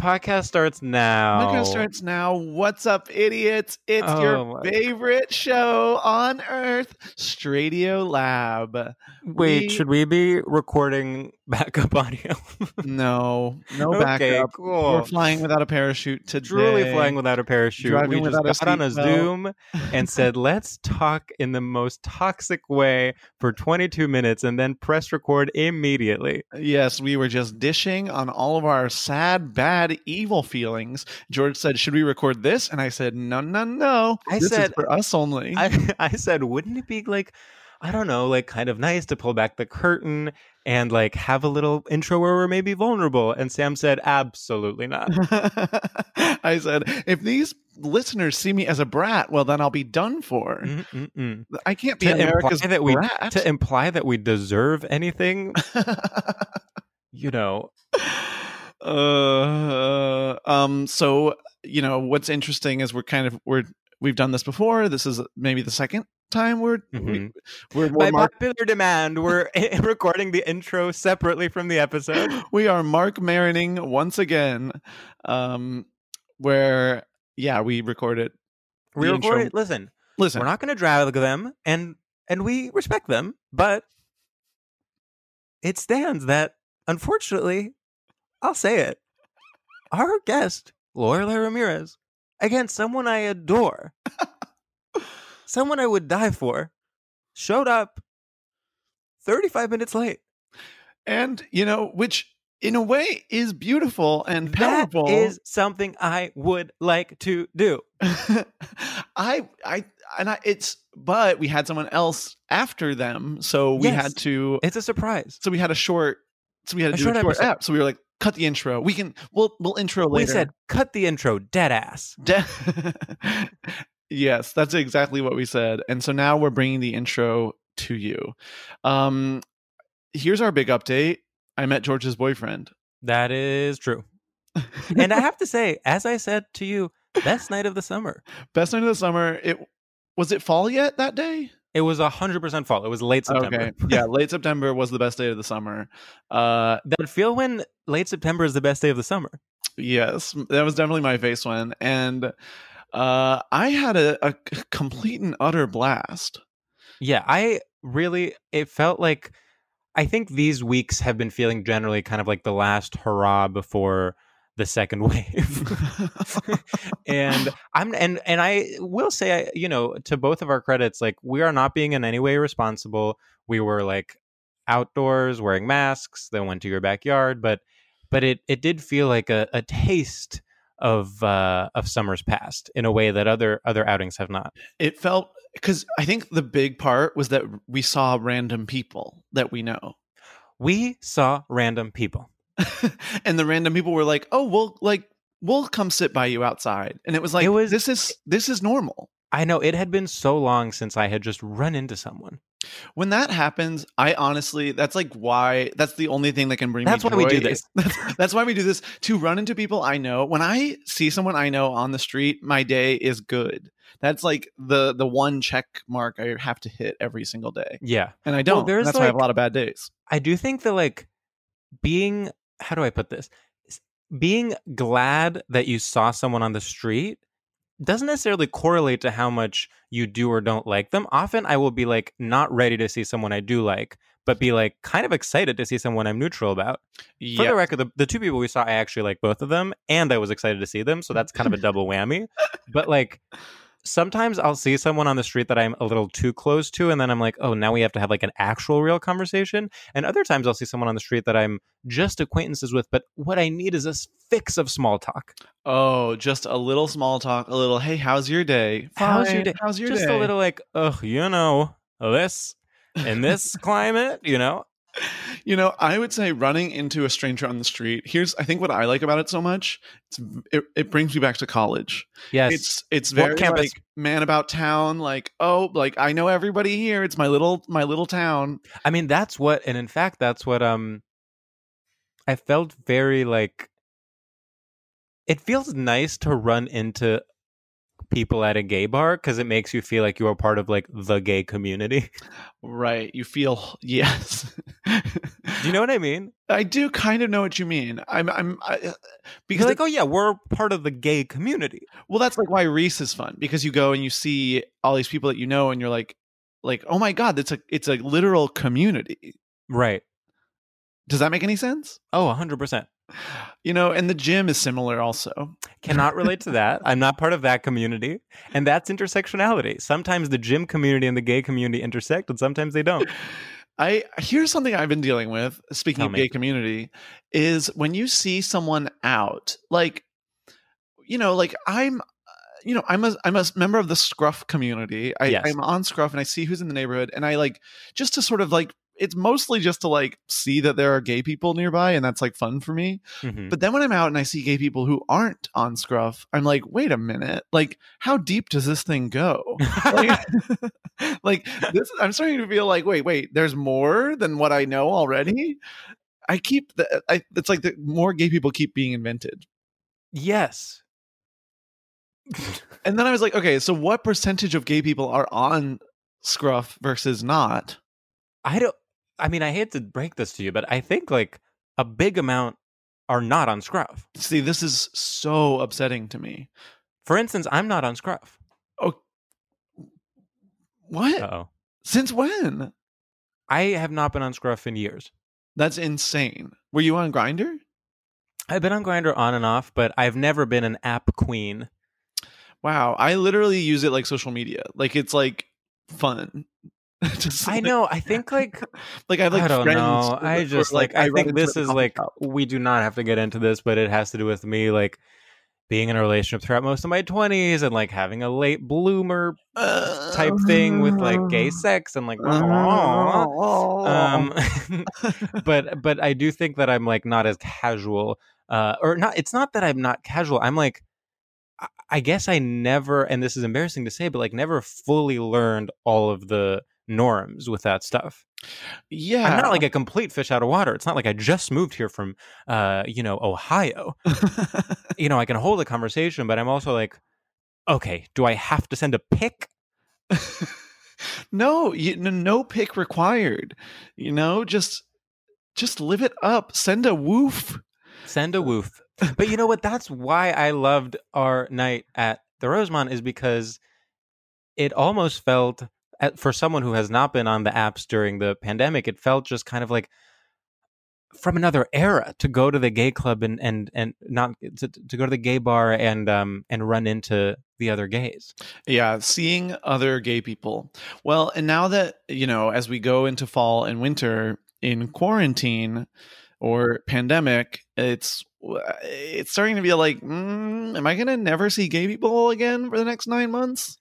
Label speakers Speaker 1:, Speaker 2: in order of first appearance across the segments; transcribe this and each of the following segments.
Speaker 1: podcast starts now.
Speaker 2: Podcast starts now. What's up, idiots? It's oh, your favorite God. show on earth, Stradio Lab.
Speaker 1: Wait, we... should we be recording backup audio?
Speaker 2: no, no okay, backup.
Speaker 1: Cool.
Speaker 2: We're flying without a parachute today.
Speaker 1: Truly flying without a parachute.
Speaker 2: Driving
Speaker 1: we
Speaker 2: without
Speaker 1: just
Speaker 2: a
Speaker 1: got on a Zoom and said, "Let's talk in the most toxic way for 22 minutes," and then press record immediately.
Speaker 2: Yes, we were just dishing on all of our sad, bad evil feelings. George said, "Should we record this?" And I said, "No, no, no.
Speaker 1: I
Speaker 2: this
Speaker 1: said
Speaker 2: for us only."
Speaker 1: I, I said, "Wouldn't it be like, I don't know, like kind of nice to pull back the curtain and like have a little intro where we're maybe vulnerable?" And Sam said, "Absolutely not."
Speaker 2: I said, "If these listeners see me as a brat, well, then I'll be done for.
Speaker 1: Mm-hmm.
Speaker 2: Mm-mm-mm. I can't be
Speaker 1: to
Speaker 2: America's
Speaker 1: that we,
Speaker 2: brat.
Speaker 1: to imply that we deserve anything." you know.
Speaker 2: Uh, um so you know what's interesting is we're kind of we're we've done this before this is maybe the second time we're mm-hmm. we, are we are
Speaker 1: by
Speaker 2: mark-
Speaker 1: popular demand we're recording the intro separately from the episode
Speaker 2: we are mark marining once again um where yeah we record it
Speaker 1: we record it listen
Speaker 2: listen
Speaker 1: we're not going to drag them and and we respect them but it stands that unfortunately I'll say it. Our guest, Lorelai Ramirez, again, someone I adore, someone I would die for, showed up 35 minutes late.
Speaker 2: And, you know, which in a way is beautiful and powerful.
Speaker 1: That is something I would like to do.
Speaker 2: I, I, and I, it's, but we had someone else after them. So we
Speaker 1: yes,
Speaker 2: had to,
Speaker 1: it's a surprise.
Speaker 2: So we had a short, so we had to a do short a short episode. app. So we were like, cut the intro. We can we'll we'll intro
Speaker 1: We
Speaker 2: later.
Speaker 1: said cut the intro, dead ass.
Speaker 2: De- yes, that's exactly what we said. And so now we're bringing the intro to you. Um here's our big update. I met George's boyfriend.
Speaker 1: That is true. and I have to say, as I said to you, best night of the summer.
Speaker 2: Best night of the summer. It was it fall yet that day?
Speaker 1: It was hundred percent fall. It was late September. Okay.
Speaker 2: yeah, late September was the best day of the summer. Uh,
Speaker 1: that feel when late September is the best day of the summer.
Speaker 2: Yes, that was definitely my face one, and uh, I had a, a complete and utter blast.
Speaker 1: Yeah, I really. It felt like I think these weeks have been feeling generally kind of like the last hurrah before the second wave. and I'm and and I will say I, you know to both of our credits like we are not being in any way responsible. We were like outdoors wearing masks, then went to your backyard, but but it it did feel like a, a taste of uh of summer's past in a way that other other outings have not.
Speaker 2: It felt because I think the big part was that we saw random people that we know.
Speaker 1: We saw random people.
Speaker 2: and the random people were like, "Oh, we'll like we'll come sit by you outside." And it was like,
Speaker 1: It was-
Speaker 2: "This is this is normal."
Speaker 1: I know it had been so long since I had just run into someone.
Speaker 2: When that happens, I honestly that's like why that's the only thing that can bring
Speaker 1: That's
Speaker 2: me
Speaker 1: why we
Speaker 2: joy
Speaker 1: do
Speaker 2: is- That's, that's why we do this to run into people I know. When I see someone I know on the street, my day is good. That's like the the one check mark I have to hit every single day.
Speaker 1: Yeah.
Speaker 2: And I
Speaker 1: Well,
Speaker 2: don't.
Speaker 1: there's
Speaker 2: that's why I have a
Speaker 1: like-
Speaker 2: lot of bad days.
Speaker 1: I do think that like being how do I put this? S- Being glad that you saw someone on the street doesn't necessarily correlate to how much you do or don't like them. Often I will be like not ready to see someone I do like, but be like kind of excited to see someone I'm neutral about. For
Speaker 2: Yeah.
Speaker 1: the record, the, the two people we saw, I actually like both of them, and I was excited to see them, so that's kind of a double whammy. But like sometimes I'll see someone on the street that I'm a little too close to, and then I'm like, oh, now we have to have like an actual real conversation. And other times I'll see someone on the street that I'm just acquaintances with, but what I need is this fix of small talk.
Speaker 2: Oh, just a little small talk, a little, hey, how's your day?
Speaker 1: How's your
Speaker 2: Fine,
Speaker 1: day?
Speaker 2: How's your
Speaker 1: just
Speaker 2: day?
Speaker 1: a little like, oh, you know, this in this climate, you know.
Speaker 2: You know, I would say running into a stranger on the street. Here's, I think, what I like about it so much. It's it, it brings me back to college.
Speaker 1: Yes.
Speaker 2: It's it's
Speaker 1: What
Speaker 2: very
Speaker 1: campus?
Speaker 2: like man about town. Like oh, like I know everybody here. It's my little my little town.
Speaker 1: I mean, that's what, and in fact, that's what um, I felt very like. It feels nice to run into people at a gay bar because it makes you feel like you are part of like the gay community.
Speaker 2: Right. You feel yes.
Speaker 1: Do you know what I mean?
Speaker 2: I do kind of know what you mean. I'm I'm I, uh,
Speaker 1: Because
Speaker 2: because
Speaker 1: like, oh yeah, we're part of the gay community.
Speaker 2: Well, that's like why Reese is fun because you go and you see all these people that you know, and you're like, like, oh my god, that's a it's a literal community.
Speaker 1: Right.
Speaker 2: Does that make any sense?
Speaker 1: Oh, 100%.
Speaker 2: You know, and the gym is similar also.
Speaker 1: Cannot relate to that. I'm not part of that community. And that's intersectionality. Sometimes the gym community and the gay community intersect, and sometimes they don't.
Speaker 2: I here's something I've been dealing with. Speaking
Speaker 1: Tell
Speaker 2: of
Speaker 1: me.
Speaker 2: gay community, is when you see someone out, like, you know, like I'm, uh, you know, I'm a I'm a member of the Scruff community. I,
Speaker 1: Yes.
Speaker 2: I'm on Scruff, and I see who's in the neighborhood, and I like just to sort of like it's mostly just to like see that there are gay people nearby, and that's like fun for me.
Speaker 1: Mhm.
Speaker 2: But then when I'm out and I see gay people who aren't on Scruff, I'm like, wait a minute, like how deep does this thing go? like, like, this, I'm starting to feel like, wait, wait, there's more than what I know already. I keep the, I, it's like the more gay people keep being invented.
Speaker 1: Yes.
Speaker 2: And then I was like, okay, so what percentage of gay people are on Scruff versus not?
Speaker 1: I don't. I mean, I hate to break this to you, but I think like a big amount are not on Scruff.
Speaker 2: See, this is so upsetting to me.
Speaker 1: For instance, I'm not on Scruff.
Speaker 2: What?
Speaker 1: Oh,
Speaker 2: Since when?
Speaker 1: I have not been on Scruff in years.
Speaker 2: That's insane. Were you on Grinder?
Speaker 1: I've been on Grinder on and off, but I've never been an app queen.
Speaker 2: Wow, I literally use it like social media. Like it's like fun. Just,
Speaker 1: I
Speaker 2: like-
Speaker 1: know. I think like
Speaker 2: Like I have, like
Speaker 1: I don't
Speaker 2: friends.
Speaker 1: know. I
Speaker 2: or,
Speaker 1: just like, I
Speaker 2: run
Speaker 1: think
Speaker 2: into
Speaker 1: this
Speaker 2: at a
Speaker 1: is
Speaker 2: coffee
Speaker 1: like
Speaker 2: shop.
Speaker 1: we do not have to get into this, but it has to do with me like being in a relationship throughout most of my twenties and like having a late bloomer type thing with like gay
Speaker 2: Uh-huh.
Speaker 1: sex and like. um but but i do think that i'm like not as casual uh or not it's not that i'm not casual i'm like I- i guess i never and this is embarrassing to say but like never fully learned all of the norms with that stuff
Speaker 2: yeah,
Speaker 1: i'm not like a complete fish out of water it's not like i just moved here from uh you know ohio you know i can hold a conversation but i'm also like okay do i have to send a pic
Speaker 2: no, you, no, no pick required. You know, just just live it up. Send a woof.
Speaker 1: Send a woof. But you know what? That's why I loved our night at the Rosemont is because it almost felt at, for someone who has not been on the apps during the pandemic, it felt just kind of like from another era to go to the gay club and and and not to, to go to the gay bar and um and run into the other gays.
Speaker 2: Yeah, seeing other gay people. Well, and now that, you know, as we go into fall and winter in quarantine or pandemic, it's it's starting to be like, mm, am I going to never see gay people again for the next 9 months?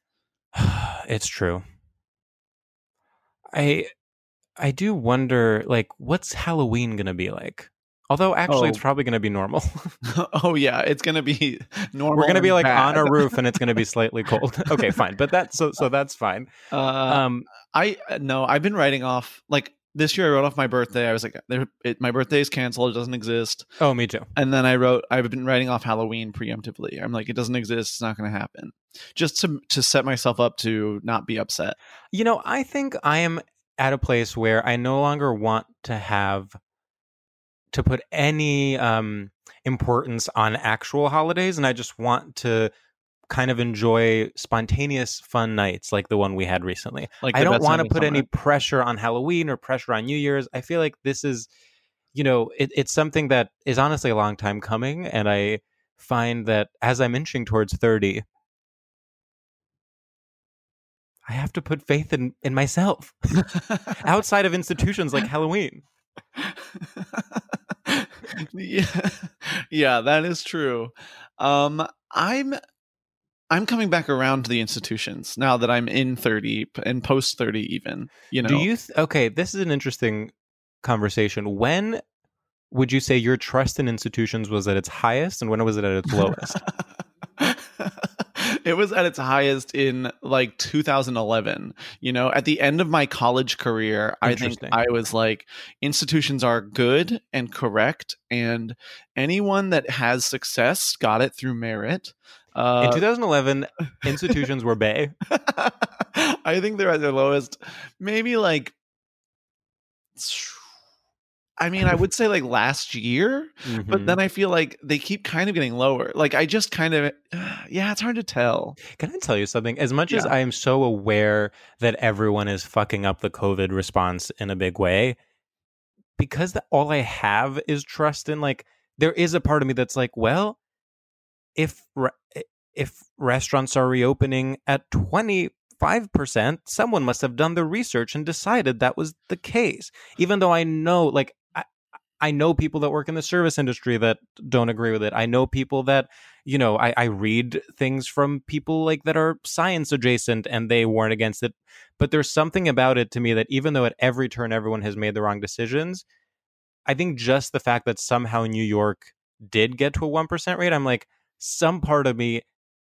Speaker 1: it's true. I I do wonder like what's Halloween going to be like? Although actually
Speaker 2: Oh.
Speaker 1: it's probably going to be normal.
Speaker 2: oh yeah, it's going to be normal.
Speaker 1: We're going to be
Speaker 2: and
Speaker 1: like
Speaker 2: bad.
Speaker 1: on a roof and it's going to be slightly cold. okay, fine. But that's so so that's fine.
Speaker 2: Uh,
Speaker 1: Um
Speaker 2: I no, I've been writing off like this year I wrote off my birthday. I was like there it, my birthday's canceled, it doesn't exist.
Speaker 1: oh me too.
Speaker 2: And then I wrote I've been writing off Halloween preemptively. I'm like it doesn't exist, it's not going to happen. Just to to set myself up to not be upset.
Speaker 1: You know, I think I am at a place where I no longer want to have to put any um importance on actual holidays and I just want to kind of enjoy spontaneous fun nights like the one we had recently.
Speaker 2: Like
Speaker 1: I
Speaker 2: the
Speaker 1: don't
Speaker 2: best
Speaker 1: want to
Speaker 2: time of
Speaker 1: put any
Speaker 2: summer.
Speaker 1: pressure on Halloween or pressure on New Year's. I feel like this is, you know, it, it's something that is honestly a long time coming. And I find that as I'm inching towards 30, I have to put faith in, in myself outside of institutions like Halloween.
Speaker 2: yeah, yeah, that is true. Um, I'm I'm coming back around to the institutions now that I'm in 30 p- and post 30 even, you know.
Speaker 1: Do you, th- okay, this is an interesting conversation. When would you say your trust in institutions was at its highest and when was it at its lowest?
Speaker 2: it was at its highest in like 2011 you know at the end of my college career i think
Speaker 1: Interesting.
Speaker 2: i was like institutions are good and correct and anyone that has success got it through merit
Speaker 1: in
Speaker 2: uh,
Speaker 1: 2011, institutions were bae.
Speaker 2: i think they're at their lowest maybe like i mean i would say like last year but
Speaker 1: Mhm.
Speaker 2: then i feel like they keep kind of getting lower like i just kind of yeah it's hard to tell
Speaker 1: Can I tell you something? As much as
Speaker 2: Yeah.
Speaker 1: I am so aware that everyone is fucking up the COVID response in a big way, because the, all I have is trust in, like, there is a part of me that's like, well, if re- if restaurants are reopening at twenty five percent, someone must have done the research and decided that was the case. Even though I know, like, I, I know people that work in the service industry that don't agree with it. I know people that you know I, I read things from people like that are science adjacent and they weren't against it but there's something about it to me that even though at every turn everyone has made the wrong decisions i think just the fact that somehow new york did get to a 1% rate i'm like some part of me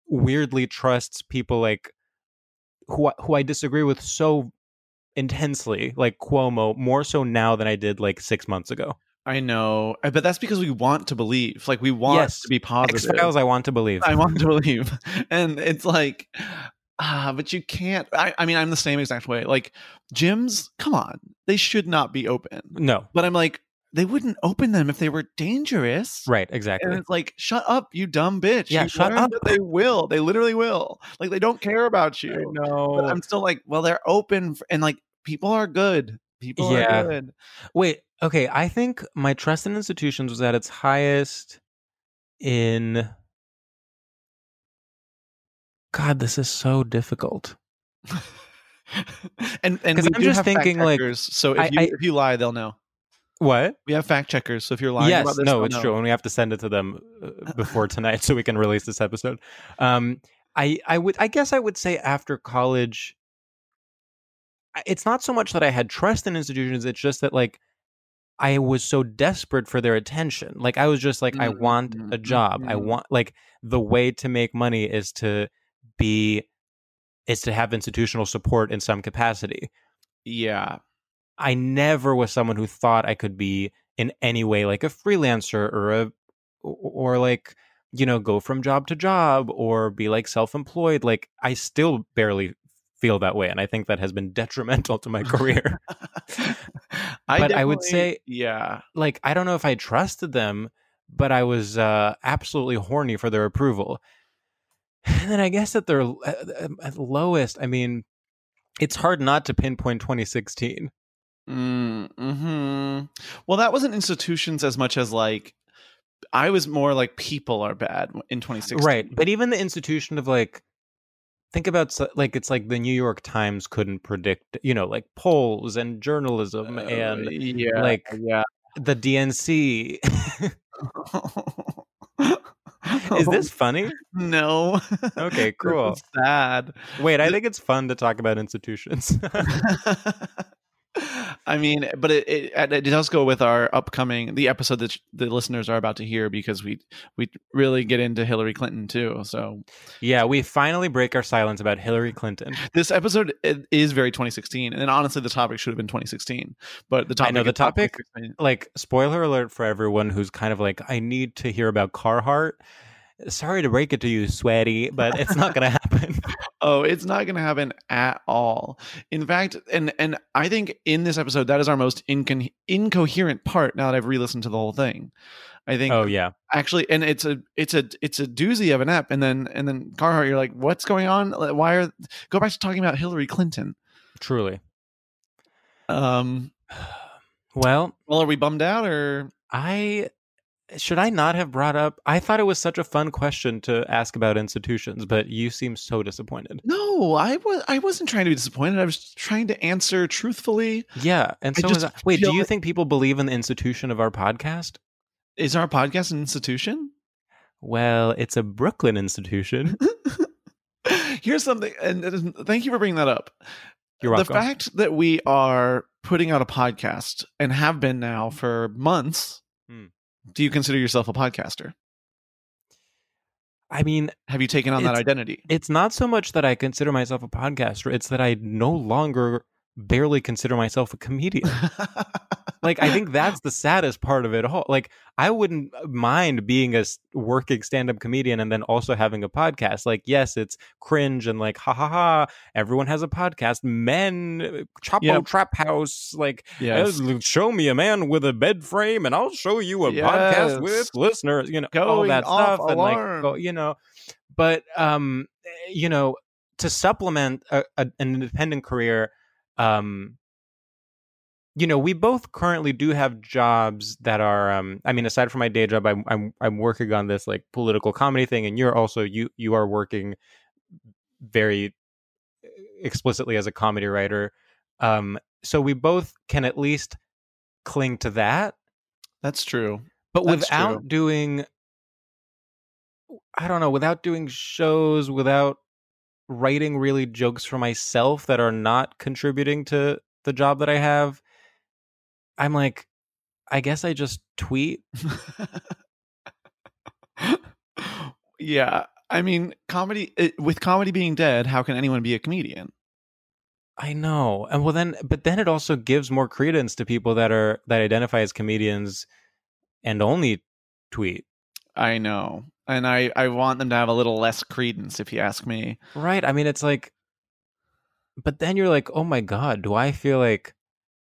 Speaker 1: weirdly trusts people like who, I- who i disagree with so intensely like cuomo more so now than i did like six months ago
Speaker 2: I know, uh, but that's because we want to believe. Like we want
Speaker 1: Yes.
Speaker 2: to be
Speaker 1: x
Speaker 2: positive.
Speaker 1: files i want to believe
Speaker 2: I want to believe, and it's like, ah, but you can't. I, I mean, I'm the same exact way. Like gyms, come on, they should not be open.
Speaker 1: no
Speaker 2: But I'm like, they wouldn't open them if they were dangerous.
Speaker 1: right exactly
Speaker 2: And it's like, shut up, you dumb bitch.
Speaker 1: Yeah,
Speaker 2: You
Speaker 1: shut
Speaker 2: learned
Speaker 1: up.
Speaker 2: that They will. They literally will. Like they don't care about you.
Speaker 1: know
Speaker 2: But I'm still like, well, they're open, for, and like people are good. People
Speaker 1: Yeah.
Speaker 2: are good.
Speaker 1: Wait, okay. I think my trust in institutions was at its highest in. God, this is so difficult.
Speaker 2: and and
Speaker 1: 'Cause
Speaker 2: we
Speaker 1: I'm
Speaker 2: do
Speaker 1: just
Speaker 2: have fact
Speaker 1: thinking, like,
Speaker 2: checkers, so if
Speaker 1: I-
Speaker 2: you
Speaker 1: I-
Speaker 2: if you lie, they'll know.
Speaker 1: What?
Speaker 2: We have fact checkers, so if you're lying
Speaker 1: yes,
Speaker 2: about this,
Speaker 1: no,
Speaker 2: they'll
Speaker 1: it's
Speaker 2: know.
Speaker 1: true, and we have to send it to them uh, before tonight so we can release this episode. Um, I, I would, I guess, I would say after college, I- it's not so much that I had trust in institutions; it's just that like I was so desperate for their attention. Like I was just like, I want a
Speaker 2: Mhm,
Speaker 1: job. I
Speaker 2: mhm.
Speaker 1: want like the way to make money is to be is to have institutional support in some capacity.
Speaker 2: Yeah,
Speaker 1: I never was someone who thought I could be in any way like a freelancer or a or like you know go from job to job or be like self-employed like I still barely feel that way and I think that has been detrimental to my career.
Speaker 2: I
Speaker 1: But I would
Speaker 2: definitely-
Speaker 1: say-
Speaker 2: yeah,
Speaker 1: like I don't know if I trusted them, but I was uh, absolutely horny for their uh, um, approval. And then I guess at their at, at lowest, I mean, It's hard not to pinpoint 2016.
Speaker 2: Mm-hmm. Well, that wasn't institutions as much as like I was more like people are bad in 2016.
Speaker 1: Right. But even the institution of like, think about so- like, it's like the New York Times couldn't predict, you know, like polls and journalism
Speaker 2: Uh,
Speaker 1: um, and
Speaker 2: yeah,
Speaker 1: like
Speaker 2: yeah.
Speaker 1: the DNC. Is this funny?
Speaker 2: no?
Speaker 1: Okay,
Speaker 2: This
Speaker 1: cool.
Speaker 2: is sad.
Speaker 1: Wait, I think it's fun to talk about institutions.
Speaker 2: I mean, but it, it and it does go with our upcoming the episode that sh- the listeners are about to hear because we we really get into Hillary Clinton too. So
Speaker 1: yeah, we finally break our silence about Hillary Clinton.
Speaker 2: this episode i- is very 2016, and honestly, the topic should have been 2016. But
Speaker 1: I
Speaker 2: the topic,
Speaker 1: know the
Speaker 2: is about
Speaker 1: topic-
Speaker 2: 2016.
Speaker 1: Like, spoiler alert for everyone who's kind of like, I need to hear about Carhartt. Sorry to break it to you, sweaty, but it's not going to happen.
Speaker 2: Oh, it's not going to happen at all. In fact, and and I think in this episode that is our most incon- incoherent part. Now that I've re-listened to the whole thing, I think.
Speaker 1: oh, yeah.
Speaker 2: actually and it's a it's a it's a doozy of an app and then and then carhartt you're like what's going on Like, why are go back to talking about hillary clinton
Speaker 1: Truly.
Speaker 2: um
Speaker 1: Well,
Speaker 2: well are we bummed out or
Speaker 1: I should I not have brought up I thought it was such a fun question to ask about institutions, but you seem so disappointed.
Speaker 2: no i was i wasn't trying to be disappointed i was trying to answer truthfully
Speaker 1: Yeah, and
Speaker 2: I
Speaker 1: so
Speaker 2: just
Speaker 1: was I. wait, do
Speaker 2: feel
Speaker 1: you
Speaker 2: like-
Speaker 1: think people believe in the institution of our podcast?
Speaker 2: is our podcast an institution
Speaker 1: Well, it's a Brooklyn institution.
Speaker 2: here's something and it is- thank you for bringing that up
Speaker 1: You're
Speaker 2: the
Speaker 1: welcome.
Speaker 2: fact that we are putting out a podcast and have been now for months
Speaker 1: Hmm.
Speaker 2: do you consider yourself a podcaster
Speaker 1: I mean,
Speaker 2: have you taken on that
Speaker 1: It's-
Speaker 2: identity
Speaker 1: it's not so much that I consider myself a podcaster, it's that I no longer barely consider myself a comedian. like I think that's the saddest part of it all. Like I wouldn't uh, mind being a s- working stand-up comedian and then also having a podcast. Like yes, it's cringe and like ha ha ha. Everyone has a podcast. Men, uh, Chapo
Speaker 2: Yep.
Speaker 1: Trap House. Like
Speaker 2: Yes.
Speaker 1: "Oh, show me a man with a bed frame and I'll show you a
Speaker 2: Yes.
Speaker 1: podcast with listeners. You know all
Speaker 2: Going
Speaker 1: that
Speaker 2: off
Speaker 1: stuff and like
Speaker 2: alarm.
Speaker 1: go, you know. But um, eh, you know to supplement a, a, an independent career. Um, you know, we both currently do have jobs that are. Um, I mean, aside from my day job, I'm I'm I'm working on this like political comedy thing, and you're also you you are working very eh, explicitly as a comedy writer. Um, so we both can at least cling to that,
Speaker 2: That's true.
Speaker 1: but
Speaker 2: That's
Speaker 1: without
Speaker 2: true.
Speaker 1: doing, I don't know, without doing shows, without writing really jokes for myself that are not contributing to the job that I have, I'm like, I guess I just tweet.
Speaker 2: yeah. I mean, comedy it, with comedy being dead, how can anyone be a comedian?
Speaker 1: I know. And well then but then it also gives more credence to people that are that identify as comedians and only tweet.
Speaker 2: I know. And I, I want them to have a little less credence, if you ask me.
Speaker 1: Right. I mean, it's like, but then you're like, oh my God, do I feel like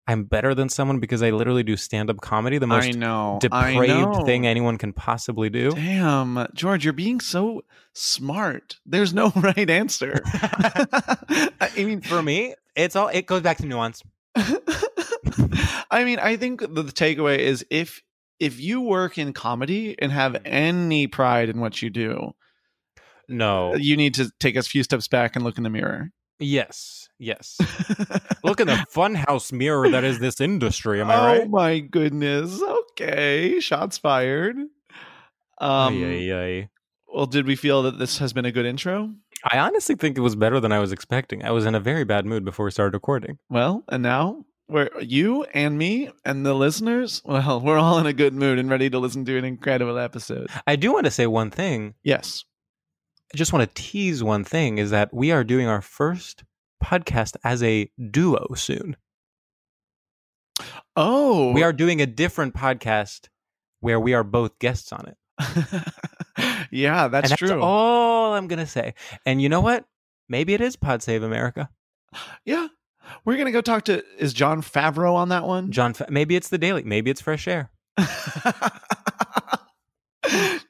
Speaker 1: I'm better than someone because I literally do stand up comedy, the
Speaker 2: I
Speaker 1: most
Speaker 2: know. I know.
Speaker 1: depraved thing anyone can possibly do?
Speaker 2: Damn, George, you're being so smart. There's no right answer. I mean,
Speaker 1: For me, it's all, it goes back to nuance.
Speaker 2: I mean, I think the, the takeaway is if if you work in comedy and have any pride in what you do,
Speaker 1: No.
Speaker 2: you need to take a few steps back and look in the mirror.
Speaker 1: Yes. Yes. Look in the funhouse mirror that is this industry. Am I
Speaker 2: oh
Speaker 1: right?
Speaker 2: my goodness. Okay. Shots fired.
Speaker 1: Oh,
Speaker 2: Um,
Speaker 1: Ay, ay, ay.
Speaker 2: Well, did we feel that this has been a good intro?
Speaker 1: I honestly think it was better than I was expecting. I was in a very bad mood before we started recording.
Speaker 2: Well, and now where you and me and the listeners, well, we're all in a good mood and ready to listen to an incredible episode.
Speaker 1: I do want to say one thing.
Speaker 2: Yes.
Speaker 1: I just want to tease one thing is that we are doing our first podcast as a duo soon.
Speaker 2: Oh,
Speaker 1: We are doing a different podcast where we are both guests on it.
Speaker 2: yeah, that's,
Speaker 1: and that's
Speaker 2: true.
Speaker 1: all I'm going to say. And you know what? Maybe it is Pod Save America.
Speaker 2: yeah. We're going to go talk to, is John Favreau on that one?
Speaker 1: John, Fa- maybe it's The Daily. Maybe it's Fresh Air.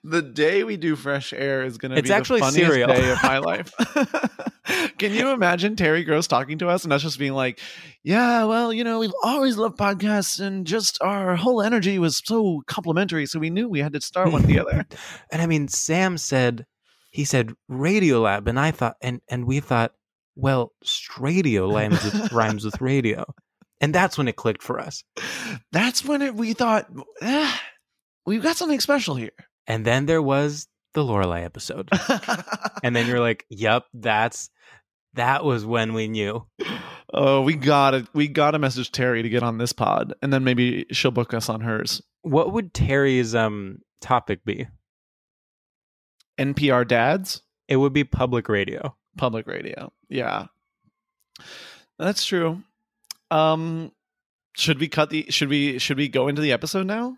Speaker 2: the day we do fresh air is going to
Speaker 1: It's
Speaker 2: be
Speaker 1: actually
Speaker 2: the funniest
Speaker 1: cereal.
Speaker 2: day of my life. Can you imagine Terry Gross talking to us and us just being like, yeah, well, you know, we've always loved podcasts and just our whole energy was so complimentary. So we knew we had to start one together.
Speaker 1: And I mean, Sam said, he said Radiolab, and I thought, and and we thought, well, Stradio rhymes with, rhymes with radio, and that's when it clicked for us.
Speaker 2: That's when it, we thought, eh, we've got something special here.
Speaker 1: And then there was the Lorelei episode, and then you're like, yep, that's that was when we knew.
Speaker 2: oh, we got to We got to message Terry to get on this pod, and then maybe she'll book us on hers.
Speaker 1: What would Terry's um topic be?
Speaker 2: NPR dads,
Speaker 1: It would be public radio.
Speaker 2: public radio. Yeah, that's true. Um, should we cut the? Should we? Should we go into the episode now?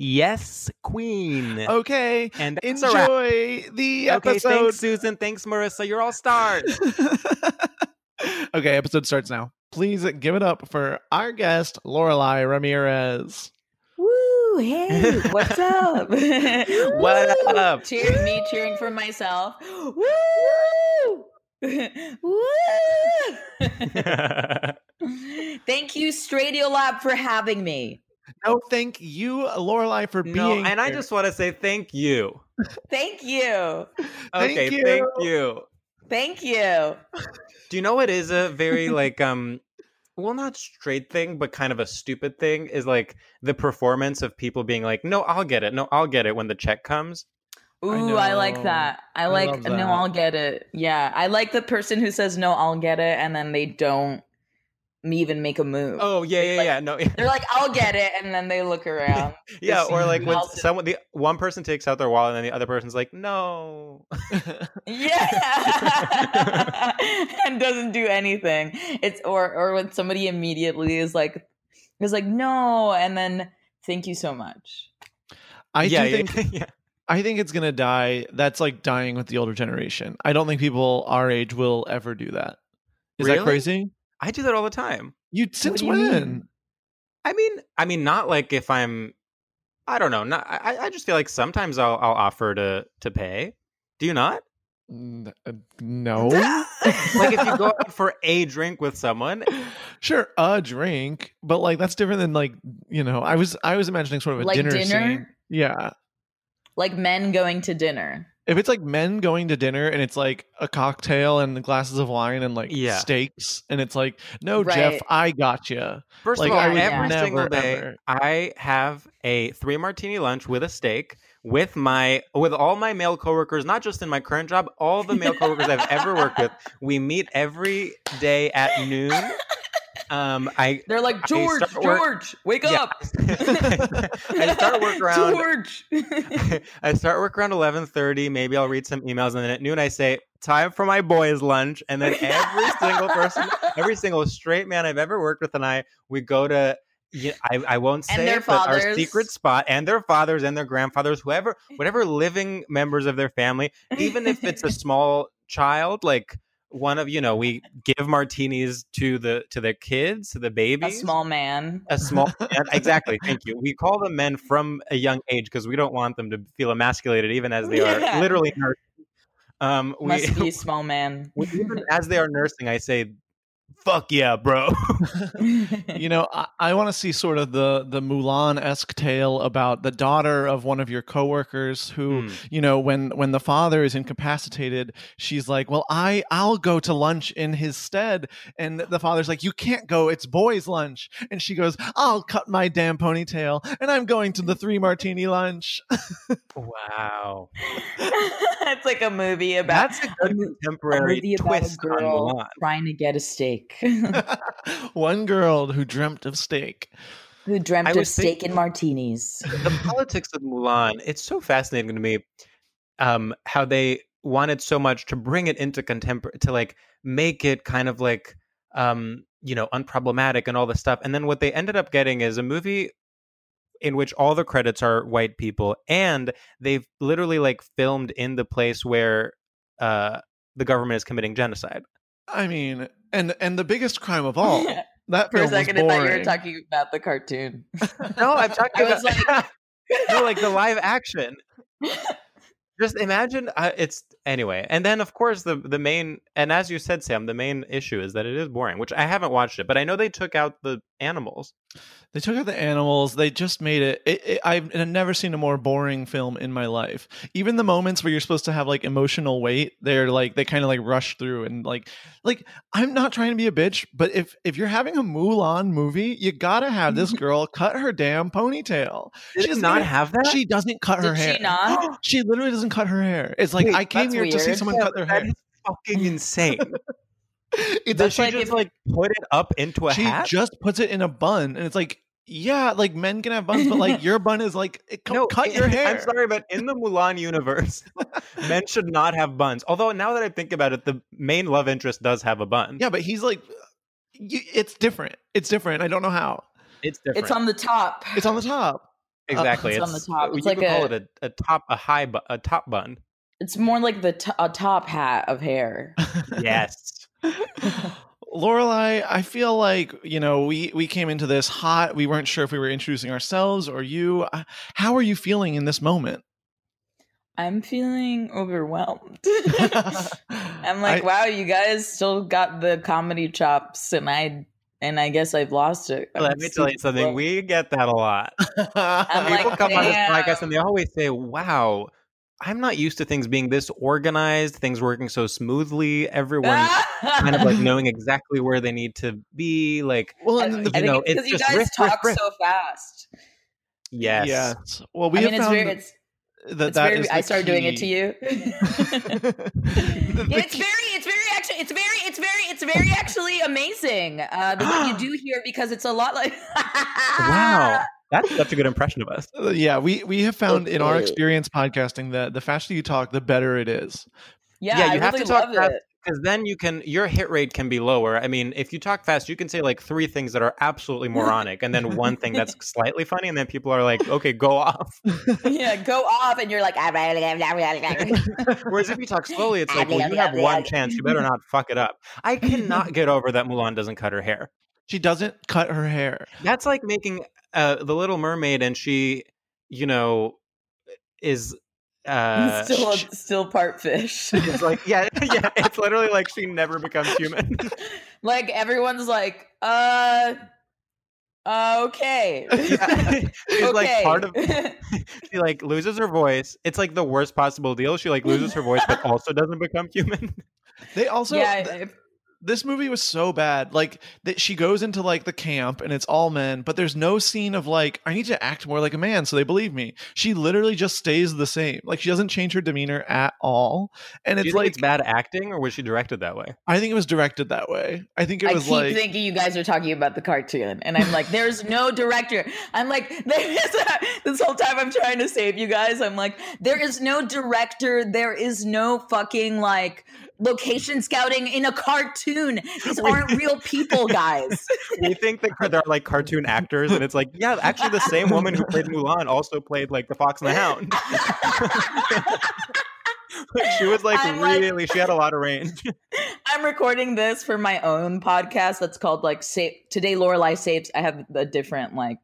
Speaker 1: Yes, Queen.
Speaker 2: Okay.
Speaker 1: and that's a wrap.
Speaker 2: Oh, Enjoy the
Speaker 1: Okay,
Speaker 2: episode.
Speaker 1: thanks, Susan. Thanks, Marissa. You're all stars.
Speaker 2: okay, episode starts now. Please give it up for our guest, Lorelai Ramirez.
Speaker 3: Woo! Hey, what's up?
Speaker 1: What up?
Speaker 3: Cheers, me cheering for myself. Woo! Woo! Thank you, Stradiolab, for having me.
Speaker 2: No, thank you, Lorelai, for
Speaker 1: no,
Speaker 2: being.
Speaker 1: and I
Speaker 2: here.
Speaker 1: just want to say thank you.
Speaker 3: Thank you.
Speaker 2: Thank
Speaker 1: okay,
Speaker 2: you.
Speaker 1: thank you.
Speaker 3: Thank you.
Speaker 1: Do you know what is a very like um well not straight thing but kind of a stupid thing is like the performance of people being like no I'll get it no I'll get it when the check comes.
Speaker 3: Ooh, I, like
Speaker 2: know.
Speaker 3: that. I like
Speaker 2: love that.
Speaker 3: no, I'll get it. Yeah, I like the person who says no, I'll get it, and then they don't even make a move.
Speaker 1: Oh yeah yeah
Speaker 3: Like-
Speaker 1: yeah no yeah,
Speaker 3: They're like, I'll get it, and then they look around.
Speaker 1: yeah or like when
Speaker 3: melted.
Speaker 1: someone the one person takes out their wallet and then the other person's like no.
Speaker 3: Yeah. and doesn't do anything. It's or or when somebody immediately is like is like no and then thank you so much.
Speaker 2: I
Speaker 1: yeah,
Speaker 2: do
Speaker 1: yeah,
Speaker 2: think
Speaker 1: yeah.
Speaker 2: I think it's gonna die. That's like dying with the older generation. I don't think people our age will ever do that. Is that
Speaker 1: Really?
Speaker 2: crazy?
Speaker 1: I do that all the time.
Speaker 2: You since
Speaker 3: do you
Speaker 2: when?
Speaker 3: mean?
Speaker 1: I mean, I mean, not like if I'm, I don't know. Not, I, I just feel like sometimes I'll, I'll offer to to pay. Do you not?
Speaker 2: N- uh, No.
Speaker 1: Like if you go out for a drink with someone,
Speaker 2: sure, a drink, but like that's different than like you know. I was I was imagining sort of a
Speaker 3: Like
Speaker 2: dinner,
Speaker 3: dinner?
Speaker 2: scene. Yeah,
Speaker 3: Like men going to dinner.
Speaker 2: if it's like men going to dinner and it's like a cocktail and glasses of wine and like
Speaker 1: Yeah.
Speaker 2: steaks and it's like no Jeff,
Speaker 3: Right.
Speaker 2: I got you.
Speaker 1: first
Speaker 2: Like,
Speaker 1: of all,
Speaker 3: I would
Speaker 1: every
Speaker 2: never,
Speaker 1: single day
Speaker 2: ever.
Speaker 1: I have a three martini lunch with a steak with my with all my male coworkers, not just in my current job, all the male coworkers I've ever worked with. We meet every day at noon. Um, I
Speaker 3: They're like
Speaker 1: I
Speaker 3: George,
Speaker 1: start work-
Speaker 3: George, wake
Speaker 1: Yeah.
Speaker 3: up.
Speaker 1: I start work around
Speaker 3: George.
Speaker 1: I start work around eleven thirty. Maybe I'll read some emails, and then at noon I say, "Time for my boys' lunch." And then every single person, every single straight man I've ever worked with, and I we go to. Yeah, I, I won't
Speaker 3: And
Speaker 1: say
Speaker 3: their
Speaker 1: it, but our
Speaker 3: fathers.
Speaker 1: secret spot, and their fathers and their grandfathers, whoever, whatever living members of their family, even if it's a small child, like one of you know, we give martinis to the to the kids, to the
Speaker 3: a
Speaker 1: babies,
Speaker 3: small man.
Speaker 1: a small man. exactly thank you we call them men from a young age because we don't want them to feel emasculated even as they
Speaker 3: Yeah.
Speaker 1: are literally nursing. um we,
Speaker 3: Must be a small man.
Speaker 1: we- even as they are nursing i say fuck yeah bro
Speaker 2: You know, I, I want to see sort of the the Mulan esque tale about the daughter of one of your coworkers who,
Speaker 1: Hmm.
Speaker 2: you know, when when the father is incapacitated, she's like, "Well, I I'll go to lunch in his stead," and the father's like, "You can't go; it's boys' lunch." And she goes, "I'll cut my damn ponytail, and I'm going to the three martini lunch."
Speaker 1: wow
Speaker 3: it's like a movie about
Speaker 1: that's a good
Speaker 3: a
Speaker 1: contemporary
Speaker 3: movie about a
Speaker 1: twist on
Speaker 3: girl
Speaker 1: Mulan.
Speaker 3: trying to get a steak.
Speaker 2: one girl who dreamt of steak.
Speaker 3: Who dreamt
Speaker 1: I
Speaker 3: of
Speaker 1: was
Speaker 3: steak
Speaker 1: thinking-
Speaker 3: and martinis?
Speaker 1: the politics of Mulan, it's so fascinating to me um, how they wanted so much to bring it into contemporary, to like make it kind of like, um, you know, unproblematic and all this stuff. And then what they ended up getting is a movie in which all the credits are white people and they've literally like filmed in the place where uh, the government is committing genocide.
Speaker 2: I mean, and and the biggest crime of all. That
Speaker 3: For
Speaker 2: film
Speaker 3: a second, I
Speaker 2: was
Speaker 3: thought
Speaker 2: boring.
Speaker 3: you were talking about the cartoon.
Speaker 1: No, I'm talking
Speaker 3: I was
Speaker 1: about no, like the live action. Just imagine uh, it's Anyway, and then of course the the main and as you said, Sam, the main issue is that it is boring, which I haven't watched it, but I know they took out the animals.
Speaker 2: They took out the animals. They just made it, it, it- I've never seen a more boring film in my life. Even the moments where you're supposed to have like emotional weight, they're like they kind of like rush through and like like I'm not trying to be a bitch, but if if you're having a Mulan movie, you gotta have this girl cut her damn ponytail.
Speaker 1: Did it
Speaker 2: doesn't
Speaker 1: not
Speaker 2: even-
Speaker 1: have that?
Speaker 2: She doesn't cut her
Speaker 4: Did she
Speaker 2: hair.
Speaker 4: not?
Speaker 2: She literally doesn't cut her hair. It's like
Speaker 1: Wait,
Speaker 2: I came
Speaker 4: that's
Speaker 2: here to see
Speaker 4: weird.
Speaker 2: someone
Speaker 1: Yeah,
Speaker 2: cut their
Speaker 1: but that
Speaker 2: hair.
Speaker 1: is fucking insane.
Speaker 2: It-
Speaker 1: Does she
Speaker 4: like
Speaker 1: just
Speaker 4: if-
Speaker 1: like put it up into a
Speaker 2: she
Speaker 1: hat?
Speaker 2: just puts it in a bun and it's like yeah like men can have buns but like your bun is like it, co- cut
Speaker 1: it-
Speaker 2: your hair
Speaker 1: I'm sorry, but in the Mulan universe, men should not have buns. Although now that I think about it, the main love interest does have a bun.
Speaker 2: yeah but he's like you, it's different it's different i don't know how
Speaker 1: It's different.
Speaker 4: It's on the top.
Speaker 2: it's on the top
Speaker 1: exactly. uh,
Speaker 4: it's on the top.
Speaker 1: You
Speaker 4: It's like
Speaker 1: could call
Speaker 4: a-
Speaker 1: it a, a top, a high, bu- a top bun.
Speaker 4: It's more like the t- a top hat of hair.
Speaker 1: Yes.
Speaker 2: Lorelai, I feel like you know we we came into this hot. We weren't sure if we were introducing ourselves or you. Uh, How are you feeling in this moment?
Speaker 4: I'm feeling overwhelmed. I'm
Speaker 2: I'm
Speaker 4: like, wow, you guys still got the comedy chops, and I and I guess I've lost it. I'm
Speaker 1: Let me tell you
Speaker 4: super
Speaker 1: something.
Speaker 4: broke.
Speaker 1: We get that a lot.
Speaker 4: I'm
Speaker 1: People
Speaker 4: like,
Speaker 1: come on this
Speaker 4: damn.
Speaker 1: podcast and they always say, "Wow." I'm not used to things being this organized, things working so smoothly, everyone kind of like knowing exactly where they need to be. Like,
Speaker 2: well,
Speaker 4: I,
Speaker 2: and the-
Speaker 4: I
Speaker 1: you know,
Speaker 4: think it's
Speaker 1: it's
Speaker 4: because you
Speaker 1: just
Speaker 4: guys
Speaker 1: riff, riff,
Speaker 4: talk
Speaker 1: riff.
Speaker 4: so fast.
Speaker 1: yes.
Speaker 2: yes. Well, we
Speaker 4: I mean,
Speaker 2: have
Speaker 4: it's
Speaker 2: found
Speaker 4: very, it's,
Speaker 2: that
Speaker 4: it's
Speaker 2: that
Speaker 4: very.
Speaker 2: is the
Speaker 4: I started doing it to
Speaker 2: key.
Speaker 4: you.
Speaker 2: The- the
Speaker 4: Yeah, it's
Speaker 2: key-
Speaker 4: very, it's very actually, it's very, it's very, it's very actually amazing. Uh, the, what you do here because it's a lot like.
Speaker 1: Wow. That's such a good impression of us.
Speaker 2: Uh, yeah, we we have found in our
Speaker 4: Okay.
Speaker 2: experience podcasting that the faster you talk, the better it is.
Speaker 4: Yeah,
Speaker 1: Yeah,
Speaker 4: I
Speaker 1: you have
Speaker 4: really
Speaker 1: to talk
Speaker 4: love
Speaker 1: fast.
Speaker 4: it.
Speaker 1: Because then you can, your hit rate can be lower. I mean, if you talk fast, you can say like three things that are absolutely moronic and then one thing that's slightly funny. And then people are like, okay, go off.
Speaker 4: yeah, go off, and you're like, "Ah, blah, blah, blah, blah, blah." Ah,
Speaker 1: Whereas if you talk slowly, it's like, well, you have one chance. You better not fuck it up. I cannot get over that Mulan doesn't cut her hair.
Speaker 2: She doesn't cut her hair.
Speaker 1: That's like making uh, The Little Mermaid and she, you know, is. Uh,
Speaker 4: still,
Speaker 1: sh-
Speaker 4: still part fish.
Speaker 1: it's like yeah, yeah. It's literally like she never becomes human.
Speaker 4: like everyone's like, uh, uh, okay.
Speaker 1: Yeah. She's like part of
Speaker 4: Okay.
Speaker 1: she like loses her voice. It's like the worst possible deal. She like loses her voice but also doesn't become human.
Speaker 2: They also
Speaker 4: yeah,
Speaker 2: th-
Speaker 4: if-
Speaker 2: this movie was so bad. Like that she goes into like the camp and it's all men, but there's no scene of like I need to act more like a man so they believe me. She literally just stays the same. Like she doesn't change her demeanor at all. And
Speaker 1: Do you think
Speaker 2: it's like
Speaker 1: it's bad acting or was she directed that way?
Speaker 2: I think it was directed that way. I think it
Speaker 4: I
Speaker 2: was
Speaker 4: keep
Speaker 2: like
Speaker 4: thinking you guys are talking about the cartoon, and I'm like, there's no director. I'm like, there is a, this whole time I'm trying to save you guys. I'm like, there is no director. There is no fucking like location scouting in a cartoon. These aren't real people, guys.
Speaker 1: We think that they're like cartoon actors and it's like, yeah, actually the same woman who played Mulan also played like the Fox and the Hound. Like, she was like
Speaker 4: I'm like-
Speaker 1: really she had a lot of range.
Speaker 4: I'm recording this for my own podcast that's called like Save Today Lorelai Saves. I have a different like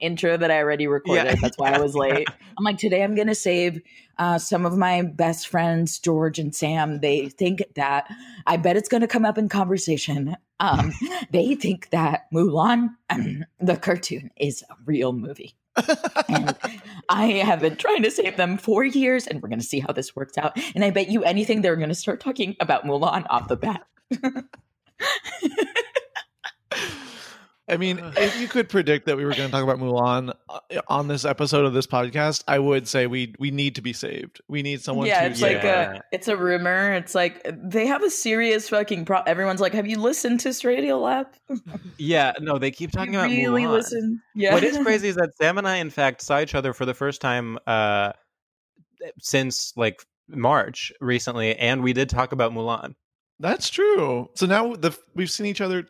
Speaker 4: intro that I already recorded.
Speaker 1: Yeah.
Speaker 4: That's why I was late. I'm like, today I'm gonna save uh, some of my best friends, George and Sam. They think that I bet it's gonna come up in conversation. Um, they think that Mulan, the cartoon, is a real movie. and I have been trying to save them for years, and we're going to see how this works out. And I bet you anything they're going to start talking about Mulan off the bat.
Speaker 2: I mean, if you could predict that we were going to talk about Mulan uh, on this episode of this podcast, I would say we we need to be saved. We need someone
Speaker 4: yeah,
Speaker 2: to
Speaker 4: it's
Speaker 2: save
Speaker 4: like
Speaker 2: her.
Speaker 1: Yeah.
Speaker 4: a it's a rumor. It's like they have a serious fucking problem. Everyone's like, "Have you listened to Radio Lab?
Speaker 1: Yeah, no, they keep talking
Speaker 4: you
Speaker 1: about
Speaker 4: really
Speaker 1: Mulan.
Speaker 4: listen?" Yeah.
Speaker 1: What is crazy is that Sam and I, in fact, saw each other for the first time uh, since like March recently, and we did talk about Mulan.
Speaker 2: That's true. So now the we've seen each other,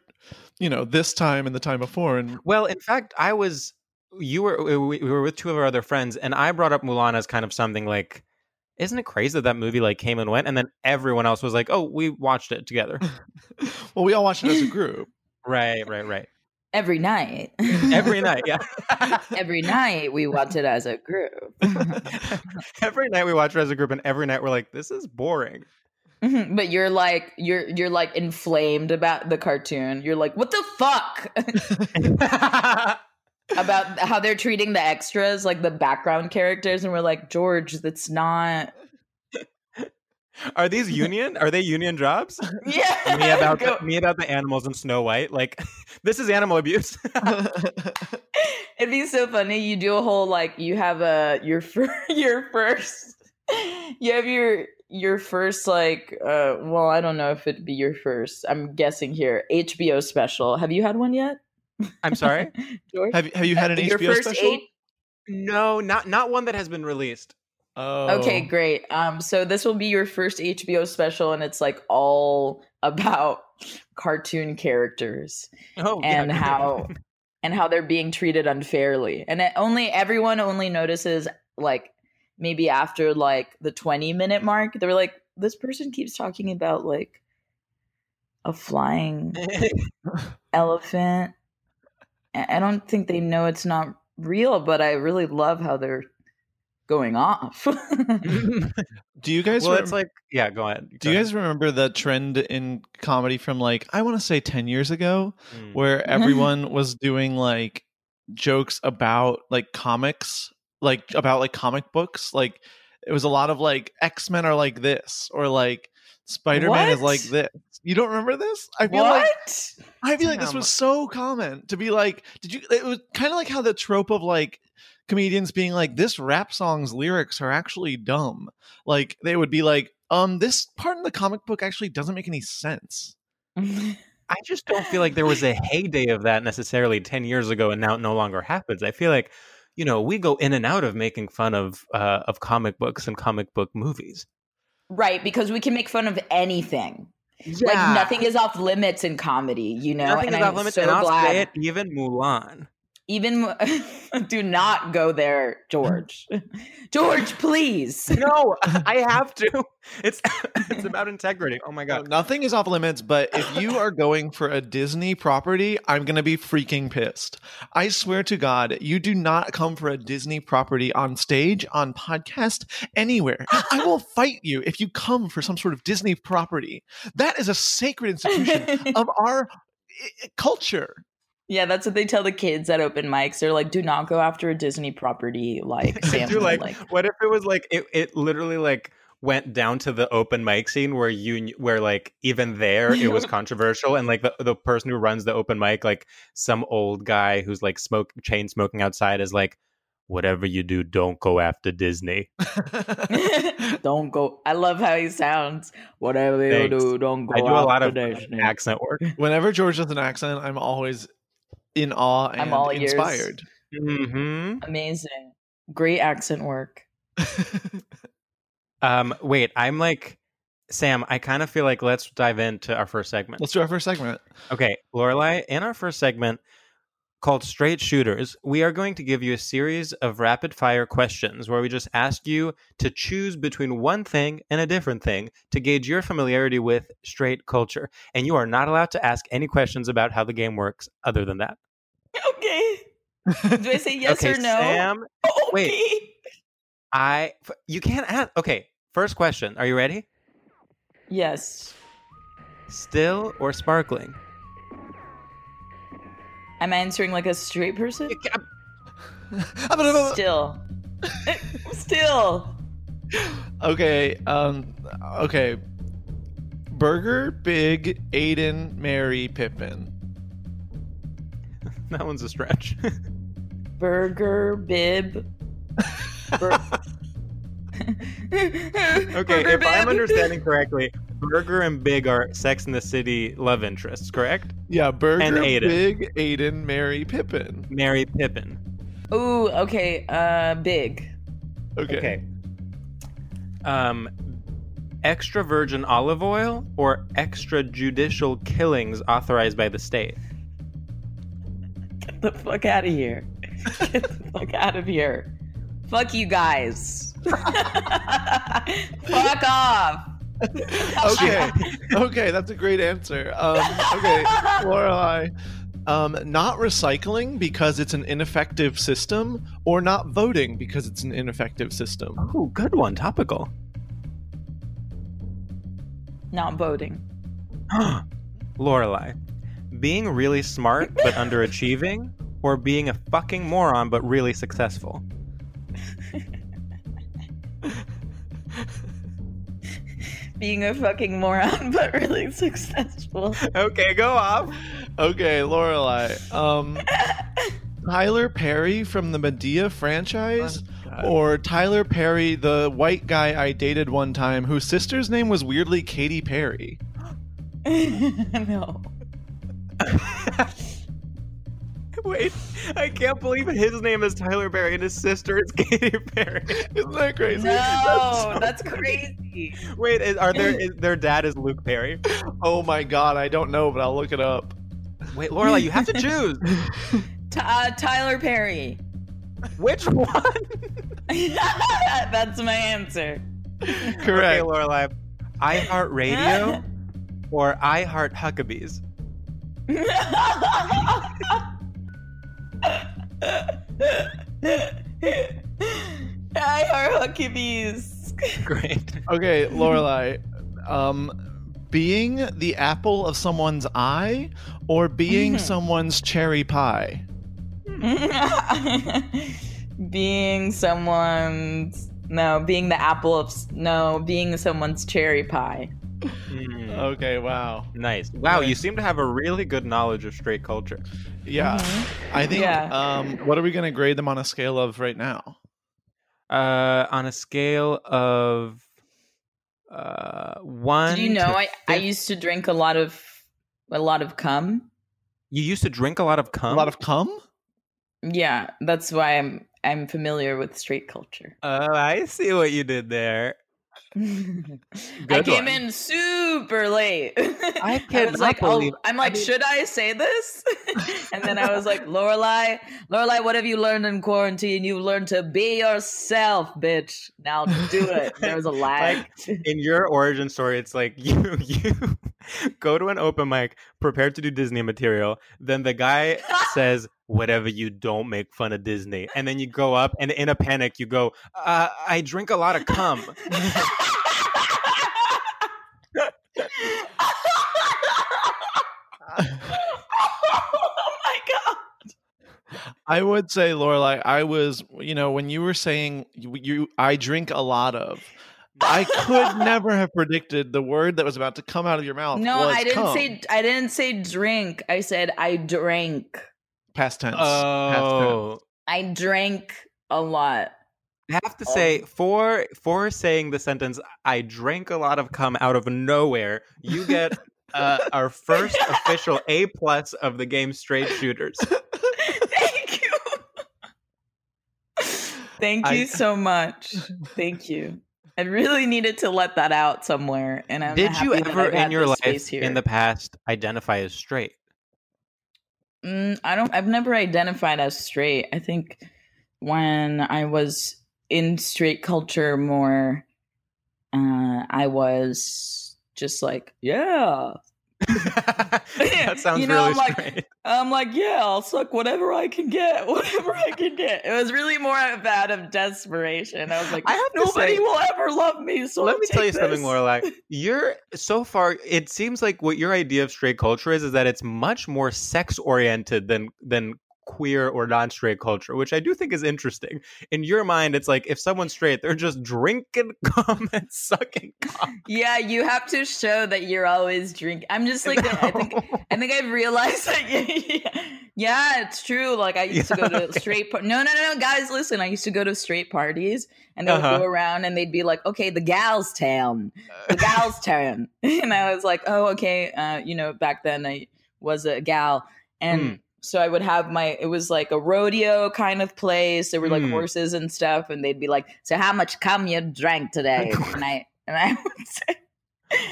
Speaker 2: you know, this time and the time before, and
Speaker 1: Well, in fact, I was you were we, we were with two of our other friends, and I brought up Mulan as kind of something like, isn't it crazy that that movie like came and went, and then everyone else was like, oh, we watched it together.
Speaker 2: well, we all watched it as a group.
Speaker 1: right, right, right.
Speaker 4: every night.
Speaker 1: Every night, yeah.
Speaker 4: every night we watch it as a group.
Speaker 1: every night we watch it as a group, and every night we're like, this is boring.
Speaker 4: Mhm, But you're like you're you're like inflamed about the cartoon. You're like, what the fuck? about how they're treating the extras, like the background characters, and we're like, George, that's not
Speaker 1: Are these union? Are they union jobs?
Speaker 4: Yeah.
Speaker 1: Me about the, me about the animals and Snow White. Like, this is animal abuse.
Speaker 4: It'd be so funny. You do a whole like you have a your fir- your first you have your your first like uh well I don't know if it'd be your first I'm guessing here HBO special. Have you had one yet?
Speaker 1: I'm sorry.
Speaker 4: George?
Speaker 2: Have you- have you had an
Speaker 4: your
Speaker 2: HBO
Speaker 4: first
Speaker 2: special?
Speaker 4: eight-
Speaker 1: No, not not one that has been released.
Speaker 2: Oh.
Speaker 4: Okay, great. Um so this will be your first HBO special and it's like all about cartoon characters.
Speaker 1: Oh, yeah,
Speaker 4: and
Speaker 1: great.
Speaker 4: how and how they're being treated unfairly and it only everyone only notices like maybe after like the 20 minute mark they're like this person keeps talking about like a flying elephant I I don't think they know it's not real but I really love how they're going off
Speaker 2: Do you guys?
Speaker 1: well, it's
Speaker 2: remem-
Speaker 1: like, yeah, go ahead.
Speaker 2: Do you guys remember the trend in comedy from like I want to say 10 years ago
Speaker 1: Mm. Mm-hmm.
Speaker 2: where everyone was doing like jokes about like comics, like about like comic books, like it was a lot of like X-Men are like this or like Spider-Man is
Speaker 4: What?
Speaker 2: like this. You don't remember this? I feel like
Speaker 4: what
Speaker 2: I feel like this
Speaker 1: Damn.
Speaker 2: was so common to be like, did you? It was kind of like how the trope of like comedians being like, this rap song's lyrics are actually dumb. Like they would be like, um, this part in the comic book actually doesn't make any sense.
Speaker 1: I just don't feel like there was a heyday of that necessarily 10 years ago and now it no longer happens. I feel like, you know, we go in and out of making fun of uh, of comic books and comic book movies.
Speaker 4: right because we can make fun of anything Like nothing is off limits in comedy, you know.
Speaker 1: Nothing
Speaker 4: and
Speaker 1: is
Speaker 4: I'm
Speaker 1: off limits,
Speaker 4: so
Speaker 1: and I'll
Speaker 4: glad.
Speaker 1: say it, even Mulan.
Speaker 4: Even do not go there, George. George, please.
Speaker 1: No, I have to. It's it's about integrity. Oh my
Speaker 2: No,
Speaker 1: god.
Speaker 2: nothing is off limits, but if you are going for a Disney property, I'm gonna be freaking pissed. I swear to God, you do not come for a Disney property on stage, on podcast, anywhere. I will fight you if you come for some sort of Disney property. That is a sacred institution of our i- i- culture.
Speaker 4: Yeah, that's what they tell the kids at open mics. They're like, "Do not go after a Disney property like
Speaker 1: I
Speaker 4: Sam."
Speaker 1: do like,
Speaker 4: like,
Speaker 1: what if it was like it, it literally like went down to the open mic scene where you kn- where like even there it was controversial and like the, the person who runs the open mic like some old guy who's like smoke chain smoking outside is like whatever you do don't go after disney
Speaker 4: "Don't go." I love how he sounds. Whatever you
Speaker 1: Thanks.
Speaker 4: do, don't go.
Speaker 1: i do a lot
Speaker 4: after
Speaker 1: of
Speaker 4: Disney.
Speaker 1: accent work
Speaker 2: Whenever George does an accent, I'm always in awe and
Speaker 4: I'm all ears.
Speaker 2: inspired.
Speaker 1: hmm
Speaker 4: Amazing, great accent work.
Speaker 1: um wait i'm like sam i kind of feel like let's dive into our first segment
Speaker 2: Let's do our first segment.
Speaker 1: Okay, Lorelai, in our first segment called Straight Shooters, we are going to give you a series of rapid fire questions where we just ask you to choose between one thing and a different thing to gauge your familiarity with straight culture. And you are not allowed to ask any questions about how the game works other than that.
Speaker 4: Okay. Do I say yes
Speaker 1: okay,
Speaker 4: or no? Oh,
Speaker 1: Sam,
Speaker 4: okay.
Speaker 1: wait. I f- you can't ask. Okay, first question. Are you ready?
Speaker 4: Yes.
Speaker 1: Still or sparkling?
Speaker 4: Am I answering like a straight person?
Speaker 1: You ca-
Speaker 4: Still. Still.
Speaker 2: Okay, um okay. Burger, Big, Aiden, Mary, Pippin.
Speaker 1: That one's a stretch.
Speaker 4: Burger, bib. Bur-
Speaker 1: Okay, if I'm understanding correctly, Burger and Big are Sex in the City love interests, correct?
Speaker 2: Yeah, Burger,
Speaker 1: And Aiden.
Speaker 2: Big, Aiden, Mary, Pippin.
Speaker 1: Mary Pippin.
Speaker 4: Ooh, okay, uh, big.
Speaker 2: Okay.
Speaker 1: Um, extra virgin olive oil or extrajudicial killings authorized by the state?
Speaker 4: Get the fuck out of here. Get the fuck out of here. Fuck you guys. fuck off.
Speaker 2: Okay. okay, that's a great answer. Um okay, Lorelai. um, not recycling because it's an ineffective system, or not voting because it's an ineffective system.
Speaker 1: Oh, good one. Topical.
Speaker 4: Not voting.
Speaker 1: Lorelai, being really smart but underachieving, or being a fucking moron but really successful.
Speaker 4: Being a fucking moron, but really successful.
Speaker 1: Okay, go off.
Speaker 2: Okay, Lorelai. Um, Tyler Perry from the Medea franchise,
Speaker 1: Uh-huh.
Speaker 2: or Tyler Perry, the white guy I dated one time, whose sister's name was weirdly Katy Perry.
Speaker 4: no.
Speaker 1: Wait, I can't believe his name is Tyler Perry and his sister is Katy Perry.
Speaker 2: Isn't that crazy?
Speaker 4: No, that's, crazy.
Speaker 1: Wait, is, are there? Is, their dad is Luke Perry.
Speaker 2: Oh my god, I don't know, but I'll look it up.
Speaker 1: Wait, Lorelai, you have to choose.
Speaker 4: T- uh, Tyler Perry.
Speaker 1: Which one?
Speaker 4: That's my answer.
Speaker 1: Okay,
Speaker 2: Correct.
Speaker 1: Lorelai. iHeartRadio or iHeart Huckabees?
Speaker 4: I are Huckabees.
Speaker 1: Great.
Speaker 2: Okay, Lorelai. Um, being the apple of someone's eye, or being someone's cherry pie.
Speaker 4: being someone's no, being the apple of s- no, being someone's cherry pie.
Speaker 2: Uh, Okay, wow.
Speaker 1: Hmm. Nice. Wow, you seem to have a really good knowledge of straight culture.
Speaker 2: Yeah, I think.
Speaker 4: Yeah.
Speaker 2: Um, what are we gonna grade them on a scale of right now?
Speaker 1: Uh, on a scale of uh one.
Speaker 4: Did you know
Speaker 1: to
Speaker 4: I, I
Speaker 1: fif-
Speaker 4: used to drink a lot of a lot of cum?
Speaker 1: you used to drink a lot of cum?
Speaker 2: a lot of cum.
Speaker 4: Yeah, that's why I'm I'm familiar with street culture.
Speaker 1: Oh, I see what you did there.
Speaker 4: I
Speaker 1: Good
Speaker 4: came
Speaker 1: one.
Speaker 4: in super late. I
Speaker 1: cannot
Speaker 4: was like, oh,
Speaker 1: believe-
Speaker 4: I'm like, should I say this? and then I was like, Lorelai, Lorelai, what have you learned in quarantine? You learned to be yourself, bitch. Now do it. There was a lag.
Speaker 1: in your origin story, it's like you you go to an open mic, prepared to do Disney material. Then the guy says, "Whatever you don't make fun of Disney," and then you go up and in a panic you go, uh, "I drink a lot of cum."
Speaker 4: oh my god.
Speaker 2: I would say, Lorelai, I was, you know, when you were saying you, you I drink a lot of, I could never have predicted the word that was about to come out of your mouth.
Speaker 4: No,
Speaker 2: was
Speaker 4: I didn't
Speaker 2: cum.
Speaker 4: say I didn't say drink. I said I drank.
Speaker 2: past tense.
Speaker 1: Oh,
Speaker 4: I drank a lot.
Speaker 1: I have to say for for saying the sentence, "I drank a lot of cum" out of nowhere. You get. Uh, our first official A plus of the game Straight Shooters.
Speaker 4: Thank you. Thank you
Speaker 2: I-
Speaker 4: so much. Thank you. I really needed to let that out somewhere, and I'm.
Speaker 1: Did you
Speaker 4: happy that
Speaker 1: ever
Speaker 4: I've had
Speaker 1: in your
Speaker 4: this
Speaker 1: life
Speaker 4: space here.
Speaker 1: in the past identify as straight?
Speaker 4: Mm, I don't. I've never identified as straight. I think when I was in straight culture more, uh, I was just like, yeah,
Speaker 1: that sounds
Speaker 4: You know,
Speaker 1: really
Speaker 4: I'm like-
Speaker 1: straight.
Speaker 4: I'm like, yeah, I'll suck whatever I can get, whatever I can get. It was really more of that of desperation. I was like,
Speaker 1: I have to
Speaker 4: nobody
Speaker 1: say-
Speaker 4: will ever love me. So
Speaker 1: Let
Speaker 4: I'll
Speaker 1: me tell you
Speaker 4: take
Speaker 1: something,
Speaker 4: this."
Speaker 1: Lorelai. You're so far. It seems like what your idea of straight culture is is that it's much more sex oriented than than queer or non-straight culture, which I do think is interesting. In your mind, it's like if someone's straight, they're just drinking cum and sucking cum.
Speaker 4: Yeah, you have to show that you're always drinking. I'm just like, I think, I think I've realized that. Yeah, it's true. Like I used to go to straight. Par- no, no, no, no, guys, listen. I used to go to straight parties, and they
Speaker 1: Uh-huh.
Speaker 4: would go around, and they'd be like, "Okay, the gals town, the gals town," and I was like, "Oh, okay." Uh, you know, back then I was a gal, and.
Speaker 1: Mm.
Speaker 4: So I would have my it was like a rodeo kind of place. There were like
Speaker 1: Mm.
Speaker 4: horses and stuff, and they'd be like, "So how much cum you drank today?" and I and I would say,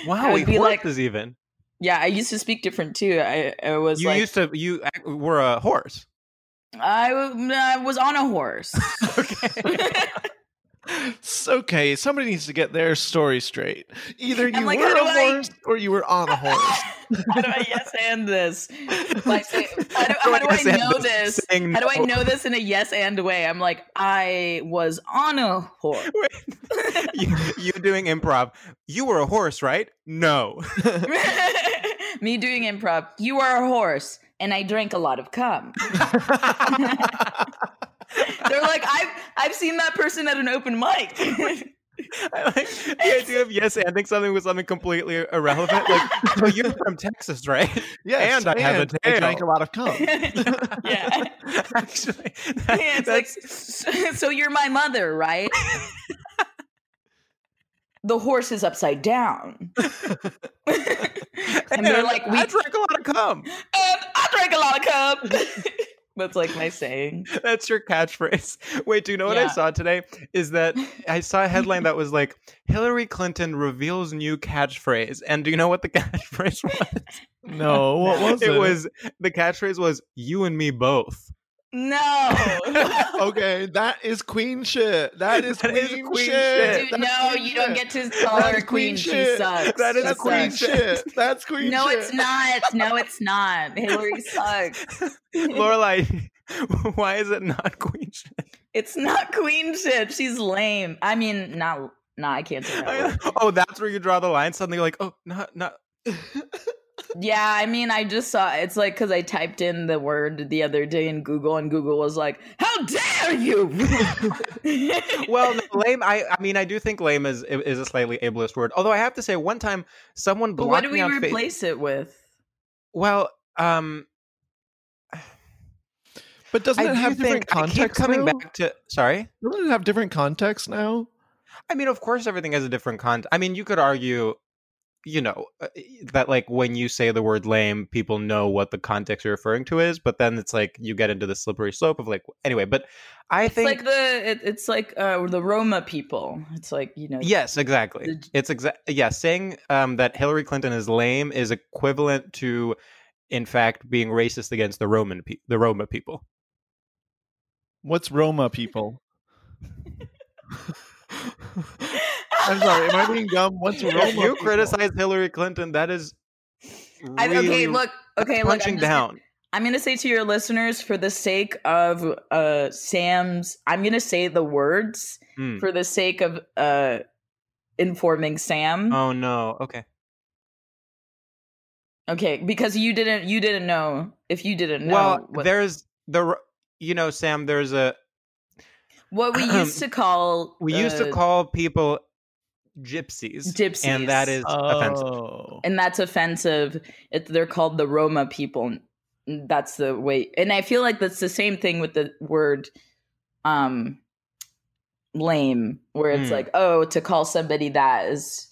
Speaker 1: Wow,
Speaker 4: I would
Speaker 1: we
Speaker 4: be like-
Speaker 1: horses even.
Speaker 4: yeah, I used to speak different too. I, I was
Speaker 1: You
Speaker 4: like,
Speaker 1: used to you act- were a horse.
Speaker 4: I, w- I was on a horse.
Speaker 1: Okay.
Speaker 2: it's okay. Somebody needs to get their story straight. Either you
Speaker 4: like,
Speaker 2: were
Speaker 4: how do
Speaker 2: a
Speaker 4: I-
Speaker 2: horse or you were on a horse.
Speaker 4: How do I yes and this? Like, say- how do, how do
Speaker 2: Yes
Speaker 4: I
Speaker 2: and
Speaker 4: know
Speaker 2: this.
Speaker 4: this?
Speaker 2: Saying
Speaker 4: How do I
Speaker 2: no.
Speaker 4: know this in a yes and way? I'm like, I was on a horse.
Speaker 1: you, you doing improv. You were a horse, right? No.
Speaker 4: Me doing improv. You are a horse, and I drank a lot of cum. They're like, I've I've seen that person at an open mic.
Speaker 1: the idea of yes anding something with something completely irrelevant. Like, so you're from Texas, right?
Speaker 2: Yes,
Speaker 1: And I have a
Speaker 2: and
Speaker 1: tail.
Speaker 2: I drank a lot of cum.
Speaker 4: yeah.
Speaker 1: Actually,
Speaker 4: Yeah, it's like, "S- so you're my mother, right? the horse is upside down. and they're like, we
Speaker 1: I drank a lot of cum.
Speaker 4: I drank a lot of cum. That's like my saying.
Speaker 1: That's your catchphrase. Wait, do you know what I
Speaker 4: Yeah.
Speaker 1: saw today? Is that I saw a headline that was like Hillary Clinton reveals new catchphrase. And do you know what the catchphrase was?
Speaker 2: No, what was it?
Speaker 1: It was the catchphrase was you and me both.
Speaker 4: no.
Speaker 2: okay, that is queen shit. That is
Speaker 1: That
Speaker 2: queen,
Speaker 1: is queen
Speaker 2: shit.
Speaker 1: shit.
Speaker 2: That's
Speaker 4: Dude, no,
Speaker 2: queen
Speaker 4: you don't
Speaker 2: shit.
Speaker 4: get to call
Speaker 2: That
Speaker 4: her
Speaker 2: is
Speaker 4: queen. She
Speaker 2: shit.
Speaker 4: sucks.
Speaker 2: That is
Speaker 4: She
Speaker 2: queen
Speaker 4: sucks.
Speaker 2: shit. That's queen
Speaker 4: No,
Speaker 2: shit.
Speaker 4: it's not. No, it's not. Hillary sucks.
Speaker 1: Lorelai, why is it not queen shit?
Speaker 4: It's not queen shit. She's lame. I mean, not. Nah, I can't say that. word.
Speaker 1: Oh, that's where you draw the line. Suddenly, you're like, oh, not, not.
Speaker 4: Yeah, I mean, I just saw it's like because I typed in the word the other day in Google, and Google was like, "How dare you!"
Speaker 1: Well, no, lame. I, I mean, I do think lame is is a slightly ableist word. Although I have to say, one time someone
Speaker 4: but
Speaker 1: blocked
Speaker 4: what do
Speaker 1: me
Speaker 4: we
Speaker 1: on Fa-
Speaker 4: replace it with?
Speaker 1: Well, um,
Speaker 2: But doesn't
Speaker 1: I
Speaker 2: it
Speaker 1: do
Speaker 2: have different
Speaker 1: think I keep
Speaker 2: context
Speaker 1: coming
Speaker 2: now?
Speaker 1: back to sorry.
Speaker 2: Doesn't it have different context now?
Speaker 1: I mean, of course, everything has a different context. I mean, you could argue, you know, uh, that like when you say the word lame, people know what the context you're referring to is, but then it's like you get into the slippery slope of like, anyway, but I
Speaker 4: It's
Speaker 1: think.
Speaker 4: like the it, it's like uh, the Roma people. It's like you know.
Speaker 1: Yes, exactly.
Speaker 4: The-
Speaker 1: It's exact. Yeah, saying um, that Hillary Clinton is lame is equivalent to, in fact, being racist against the Roman pe- the Roma people.
Speaker 2: What's Roma people? I'm sorry, am I being dumb? What's Roma?
Speaker 1: If you
Speaker 2: people?
Speaker 1: criticize Hillary Clinton, that is
Speaker 4: I,
Speaker 1: really
Speaker 4: okay, look. Okay, look.
Speaker 1: punching
Speaker 4: I'm just gonna-
Speaker 1: down.
Speaker 4: I'm gonna say to your listeners, for the sake of uh Sam's, I'm gonna say the words
Speaker 1: Mm.
Speaker 4: for the sake of uh informing Sam.
Speaker 1: Oh no. Okay.
Speaker 4: Okay, because you didn't you didn't know if you didn't know
Speaker 1: well,
Speaker 4: what,
Speaker 1: there's the r- you know Sam. There's a
Speaker 4: what we used to call
Speaker 1: we used to
Speaker 4: uh,
Speaker 1: call people gypsies, and that
Speaker 4: Gypsies.
Speaker 1: is offensive.
Speaker 2: Oh.
Speaker 4: and that's offensive. It, they're called the Roma people. That's the way, and I feel like that's the same thing with the word, um, lame, where it's
Speaker 1: Hmm.
Speaker 4: like, oh, to call somebody that is.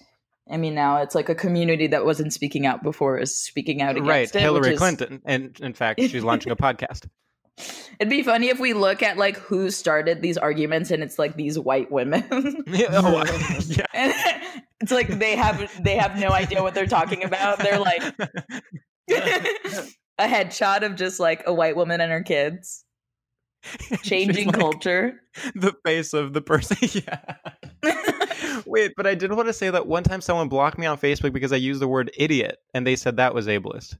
Speaker 4: I mean, now it's like a community that wasn't speaking out before is speaking out against
Speaker 1: Right,
Speaker 4: it, which
Speaker 1: Hillary
Speaker 4: is-
Speaker 1: Clinton, and in fact, she's launching a podcast.
Speaker 4: It'd be funny if we look at like who started these arguments, and it's like these white women.
Speaker 1: Yeah, oh, yeah.
Speaker 4: And it's like they have they have no idea what they're talking about. They're like a headshot of just like a white woman and her kids changing
Speaker 1: like-
Speaker 4: culture.
Speaker 1: the face of the person. yeah. Wait, but I did want to say that one time someone blocked me on Facebook because I used the word idiot, and they said that was ableist.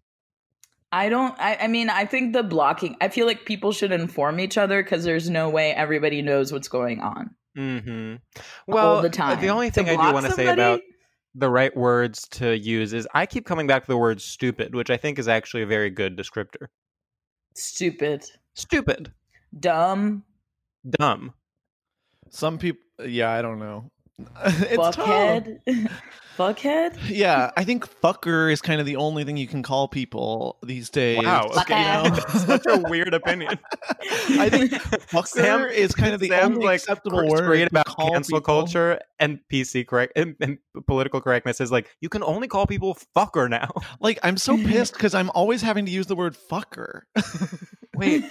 Speaker 4: I don't. I, I mean, I think the blocking. I feel like people should inform each other because there's no way everybody knows what's going on.
Speaker 1: Mm-hmm. Well,
Speaker 4: the time.
Speaker 1: the only
Speaker 4: To
Speaker 1: thing I do
Speaker 4: block
Speaker 1: want to say
Speaker 4: somebody?
Speaker 1: about the right words to use is I keep coming back to the word stupid, which I think is actually a very good descriptor.
Speaker 4: Stupid,
Speaker 1: Stupid,
Speaker 4: dumb,
Speaker 1: dumb.
Speaker 2: Some people, yeah, I don't know. it's tough.
Speaker 4: fuckhead, fuckhead.
Speaker 2: Yeah, I think fucker is kind of the only thing you can call people these days.
Speaker 1: Wow. Okay.
Speaker 2: You know?
Speaker 1: Such a weird opinion.
Speaker 2: I think fucker
Speaker 1: Sam-
Speaker 2: is kind of the
Speaker 1: Sam's
Speaker 2: only
Speaker 1: like
Speaker 2: acceptable
Speaker 1: It's
Speaker 2: word
Speaker 1: great
Speaker 2: to
Speaker 1: about
Speaker 2: call
Speaker 1: cancel
Speaker 2: people.
Speaker 1: culture and PC correct and, and political correctness is like you can only call people fucker now.
Speaker 2: Like, I'm so pissed because I'm always having to use the word fucker.
Speaker 1: Wait,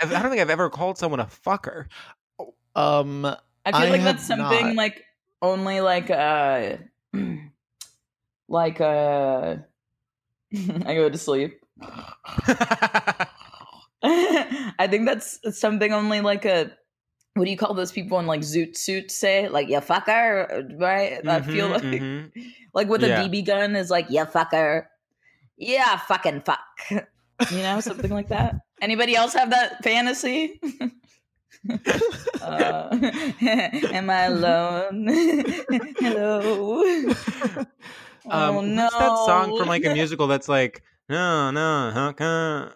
Speaker 1: I've, I don't think I've ever called someone a fucker.
Speaker 2: Um,
Speaker 4: I feel
Speaker 2: I
Speaker 4: like
Speaker 2: have
Speaker 4: that's something
Speaker 2: not.
Speaker 4: like only like uh like uh I go to sleep. I think that's something only like a what do you call those people in like zoot suits say like yeah fucker right i feel
Speaker 1: Mhm,
Speaker 4: like
Speaker 1: mhm.
Speaker 4: like with
Speaker 1: Yeah.
Speaker 4: a bb gun is like yeah fucker yeah fucking fuck you know something like that anybody else have that fantasy Uh, am i alone
Speaker 1: mm-hmm.
Speaker 4: hello
Speaker 1: Um,
Speaker 4: oh no
Speaker 1: What's that song from like a musical that's like no, no, huh, huh.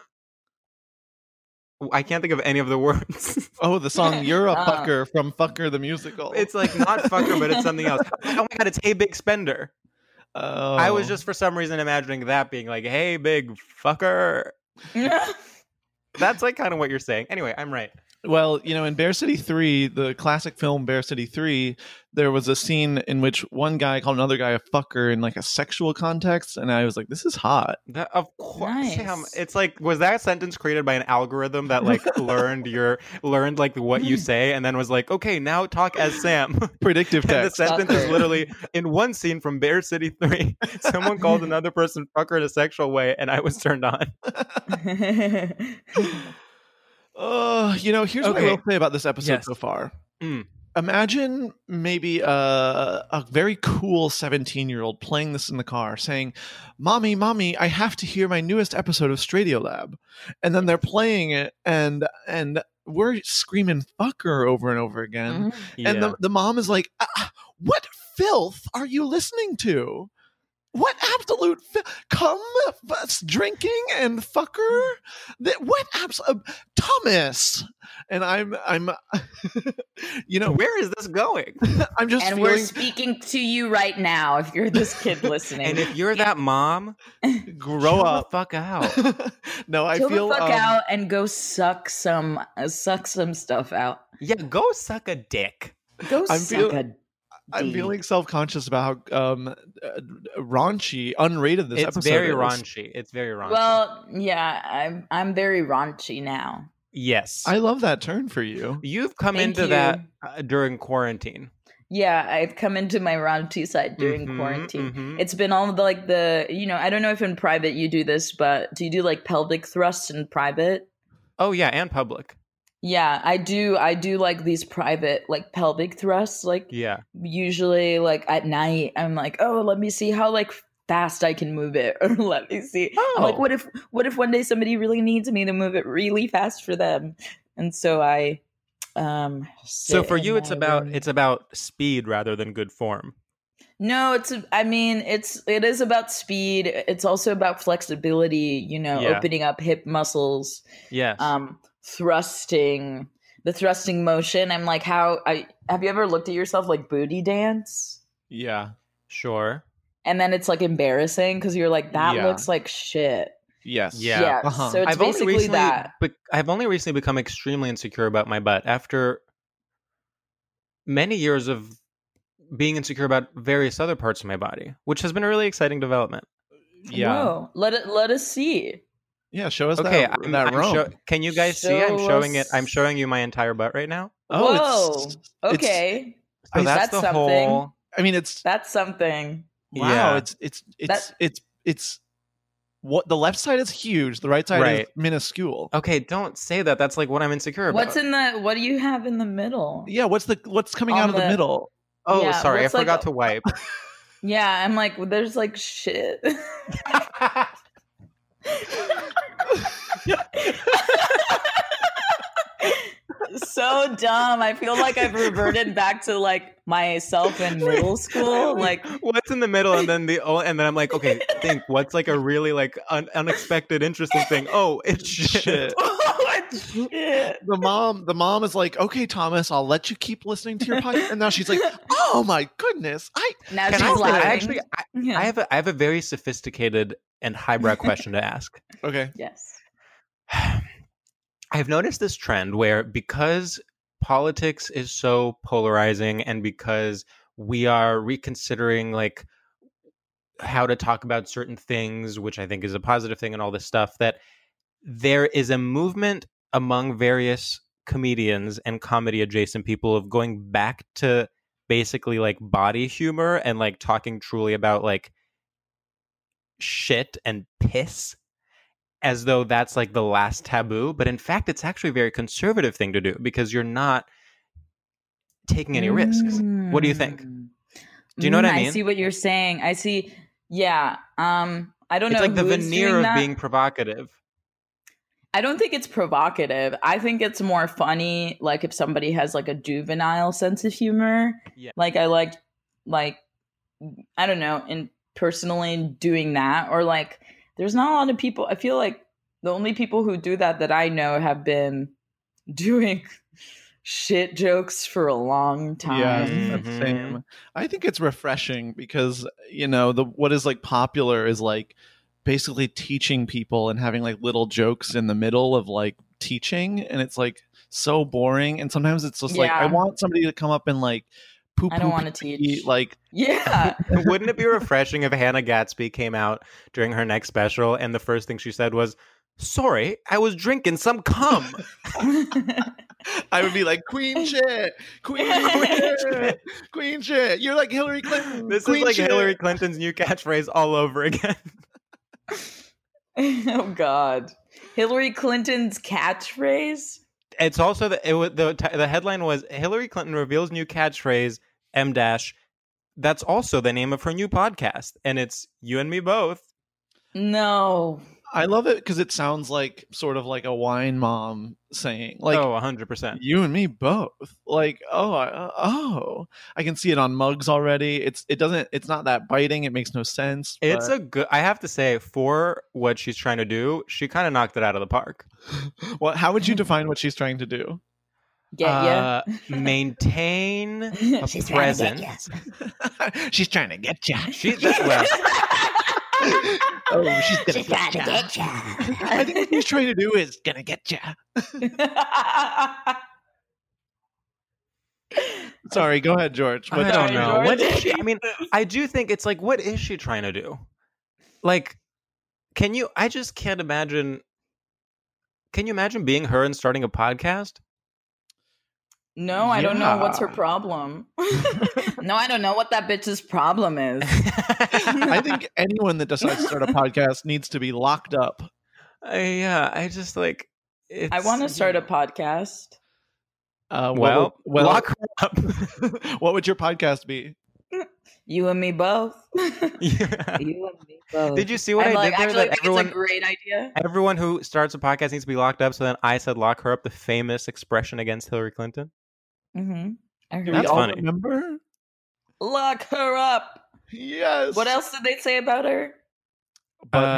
Speaker 1: I can't think of any of the words.
Speaker 2: Oh, the song "You're a
Speaker 1: Uh.
Speaker 2: Fucker" from "Fucker the Musical."
Speaker 1: It's like not fucker, but it's something else. Oh my god, it's Hey Big Spender.
Speaker 2: Oh.
Speaker 1: I was just for some reason imagining that being like Hey Big Fucker. That's like kind of what you're saying. Anyway, I'm right.
Speaker 2: Well, you know, in Bear City 3, the classic film Bear City 3, there was a scene in which one guy called another guy a fucker in like a sexual context. And I was like, this is hot.
Speaker 1: That, of course, Sam, it's like was that sentence created by an algorithm that like learned your learned like what you say and then was like, okay, now talk as Sam.
Speaker 2: Predictive
Speaker 1: And the
Speaker 2: text.
Speaker 1: sentence is
Speaker 2: Fucker.
Speaker 1: literally in one scene from Bear City Three. Someone called another person fucker in a sexual way, and I was turned on.
Speaker 2: Oh, you know, here's what I
Speaker 1: Okay.
Speaker 2: will say about this episode
Speaker 1: Yes.
Speaker 2: so far.
Speaker 1: Mm.
Speaker 2: Imagine maybe a, a very cool 17 year old playing this in the car saying, Mommy, Mommy, I have to hear my newest episode of Stradio Lab. And then they're playing it and, and, we're screaming fucker over and over again.
Speaker 1: Mhm.
Speaker 2: And
Speaker 1: Yeah.
Speaker 2: the, the mom is like, "Ah, What filth are you listening to? What absolute fi- come f- drinking and fucker? That what abs uh, Thomas? And I'm I'm you know
Speaker 1: where is this going?
Speaker 2: I'm just
Speaker 4: and we're
Speaker 2: feeling
Speaker 4: speaking to you right now if you're this kid listening
Speaker 1: And if you're that mom,
Speaker 2: grow
Speaker 1: up, fuck out.
Speaker 2: no i
Speaker 4: Chill
Speaker 2: feel
Speaker 4: the fuck
Speaker 2: um,
Speaker 4: out and go suck some uh, suck some stuff out
Speaker 1: yeah go suck a dick
Speaker 4: go
Speaker 2: I'm
Speaker 4: suck
Speaker 2: feel-
Speaker 4: a
Speaker 2: I'm
Speaker 4: D.
Speaker 2: feeling self conscious about how um, uh, raunchy, unrated this
Speaker 1: it's
Speaker 2: episode.
Speaker 1: very
Speaker 2: is.
Speaker 1: raunchy. It's very raunchy.
Speaker 4: well yeah i'm i'm very raunchy now
Speaker 1: yes,
Speaker 2: I love that turn for you.
Speaker 1: You've come
Speaker 4: Thank
Speaker 1: into
Speaker 4: you.
Speaker 1: that uh, during quarantine.
Speaker 4: yeah i've come into my raunchy side during
Speaker 1: Mhm,
Speaker 4: quarantine
Speaker 1: mhm.
Speaker 4: it's been all the like the you know i don't know if in private you do this but do you do like pelvic thrusts in private
Speaker 1: Oh yeah, and public.
Speaker 4: yeah i do i do like these private like pelvic thrusts like
Speaker 1: Yeah.
Speaker 4: usually like at night i'm like oh let me see how like fast i can move it or let me see I'm like
Speaker 1: Oh.
Speaker 4: what if what if one day somebody really needs me to move it really fast for them and so i um
Speaker 1: So
Speaker 4: sit
Speaker 1: for
Speaker 4: in
Speaker 1: you, it's
Speaker 4: my
Speaker 1: about
Speaker 4: room.
Speaker 1: it's about speed rather than good form.
Speaker 4: no it's i mean it's it is about speed it's also about flexibility you know
Speaker 1: Yeah.
Speaker 4: opening up hip muscles
Speaker 1: Yes.
Speaker 4: um thrusting the thrusting motion i'm like how i have you ever looked at yourself like booty dance
Speaker 2: Yeah.
Speaker 1: Sure.
Speaker 4: and then it's like embarrassing because you're like that
Speaker 1: Yeah.
Speaker 4: looks like shit
Speaker 2: Yes.
Speaker 1: Yeah.
Speaker 4: Yeah,
Speaker 2: Uh-huh.
Speaker 4: so it's
Speaker 1: only
Speaker 4: basically
Speaker 1: recently
Speaker 4: that.
Speaker 1: bec- I've only recently become extremely insecure about my butt after many years of being insecure about various other parts of my body, which has been a really exciting development.
Speaker 2: Yeah.
Speaker 4: Whoa. let it let us see
Speaker 2: Yeah. Show us
Speaker 1: Okay,
Speaker 2: that.
Speaker 1: I'm,
Speaker 2: that
Speaker 1: I'm
Speaker 2: roam.
Speaker 1: show- can you guys see? I'm
Speaker 4: Show
Speaker 1: showing it.
Speaker 4: us-
Speaker 1: I'm showing you my entire butt right now.
Speaker 2: Oh,
Speaker 4: whoa
Speaker 2: it's- it's-
Speaker 4: okay
Speaker 1: So
Speaker 2: I-
Speaker 1: Oh, that's,
Speaker 4: that's
Speaker 1: the
Speaker 4: something.
Speaker 1: whole.
Speaker 2: I mean, it's
Speaker 4: that's something
Speaker 2: wow.
Speaker 1: Yeah.
Speaker 2: It's it's it's it's it's what the left side is huge. The right side is
Speaker 1: Right.
Speaker 2: minuscule.
Speaker 1: Okay, don't say that. That's like what I'm insecure about.
Speaker 4: what's in the what do you have in the middle
Speaker 2: Yeah. What's the what's coming out
Speaker 4: On
Speaker 2: of the,
Speaker 4: the-
Speaker 2: middle?
Speaker 1: Oh,
Speaker 4: yeah,
Speaker 1: sorry, I
Speaker 4: what's, like,
Speaker 1: forgot
Speaker 4: a-
Speaker 1: to wipe.
Speaker 4: yeah i'm like there's like shit so dumb i feel like i've reverted back to like myself in middle school like
Speaker 1: what's in the middle, and then the oh, and then I'm like, okay, think what's like a really like un- unexpected, interesting thing. Oh, it's shit.
Speaker 2: Shit.
Speaker 4: oh shit
Speaker 2: The mom, the mom is like, "Okay, Thomas, I'll let you keep listening to your podcast." And now she's like, "Oh my goodness, I
Speaker 4: now
Speaker 1: Can
Speaker 4: she's
Speaker 1: I, say- I
Speaker 4: laughing
Speaker 1: actually, I,
Speaker 4: Yeah.
Speaker 1: I have a, I have a very sophisticated and highbrow question to ask.
Speaker 2: okay."
Speaker 4: yes
Speaker 1: I've noticed this trend where because politics is so polarizing and because we are reconsidering like how to talk about certain things, which I think is a positive thing and all this stuff, that there is a movement among various comedians and comedy adjacent people of going back to basically like body humor and like talking truly about like shit and piss as though that's like the last taboo but in fact it's actually a very conservative thing to do because you're not taking any risks. What do you think? Do you know what I
Speaker 4: Mm,
Speaker 1: mean?
Speaker 4: I see what you're saying. I see. Yeah. Um. I don't
Speaker 1: it's
Speaker 4: know.
Speaker 1: like the
Speaker 4: who's
Speaker 1: veneer
Speaker 4: doing
Speaker 1: of
Speaker 4: that.
Speaker 1: being provocative.
Speaker 4: I don't think it's provocative. I think it's more funny. Like if somebody has like a juvenile sense of humor.
Speaker 1: Yeah.
Speaker 4: Like I like, like, I don't know. And personally doing that or like, there's not a lot of people. I feel like the only people who do that that I know have been doing shit jokes for a long time.
Speaker 2: Yeah,
Speaker 1: Mm-hmm.
Speaker 2: that's same. I think it's refreshing because you know the what is like popular is like basically teaching people and having like little jokes in the middle of like teaching, and it's like so boring. And sometimes it's just like I
Speaker 4: Yeah.
Speaker 2: want somebody to come up and like poop.
Speaker 4: I don't wanna teach.
Speaker 2: Like
Speaker 4: Yeah.
Speaker 1: Wouldn't it be refreshing if Hannah Gatsby came out during her next special and the first thing she said was, "Sorry, I was drinking some cum."
Speaker 2: I would be like Queen shit, Queen shit, Queen shit. You're like Hillary Clinton.
Speaker 1: This
Speaker 2: Queen
Speaker 1: is like
Speaker 2: shit.
Speaker 1: Hillary Clinton's new catchphrase all over again.
Speaker 4: oh God. Hillary Clinton's catchphrase.
Speaker 1: It's also the it, wa- the ti- the headline was Hillary Clinton reveals new catchphrase M dash. That's also the name of her new podcast, and it's you and me both.
Speaker 4: No.
Speaker 2: I love it because it sounds like sort of like a wine mom saying, like,
Speaker 1: oh, hundred percent.
Speaker 2: you and me both. Like, oh, I, uh, oh, I can see it on mugs already. It's it doesn't. It's not that biting. It makes no sense.
Speaker 1: It's a good. I have to say, for what she's trying to do, she kind of knocked it out of the park.
Speaker 2: a well. How would you define what she's trying to do?
Speaker 1: Uh, maintain a
Speaker 2: She's trying to get ya.
Speaker 1: presence.
Speaker 2: she's trying to get you.
Speaker 1: She, that, well,
Speaker 2: oh, she's gonna
Speaker 5: She's trying to
Speaker 2: ya.
Speaker 5: get ya.
Speaker 2: I think what she's trying to do is gonna get you. Sorry, go ahead, George.
Speaker 1: I
Speaker 2: What-
Speaker 1: don't know. What is she? I mean, I do think it's like, what is she trying to do? Like, can you? I just can't imagine. Can you imagine being her and starting a podcast?
Speaker 4: No, I don't know what's her
Speaker 1: Yeah.
Speaker 4: problem. no, I don't know what that bitch's problem is.
Speaker 2: I think anyone that decides to start a podcast needs to be locked up.
Speaker 1: Uh, yeah, I just like.
Speaker 4: I want to start a podcast.
Speaker 2: Uh, what
Speaker 1: Well,
Speaker 2: would- well,
Speaker 1: lock her
Speaker 2: what would your podcast be?
Speaker 4: You and me both. you and me both.
Speaker 1: Did you see what I,
Speaker 4: like,
Speaker 1: did there? that
Speaker 4: Actually, I think
Speaker 1: everyone,
Speaker 4: it's a great idea.
Speaker 1: everyone who starts a podcast needs to be locked up. So then I said, lock her up. The famous expression against Hillary Clinton.
Speaker 4: Mm-hmm. I
Speaker 1: Do
Speaker 4: heard
Speaker 1: we
Speaker 4: it.
Speaker 1: all funny.
Speaker 2: remember?
Speaker 4: Lock her up.
Speaker 2: Yes.
Speaker 4: What else did they say about her?
Speaker 2: But
Speaker 1: Uh,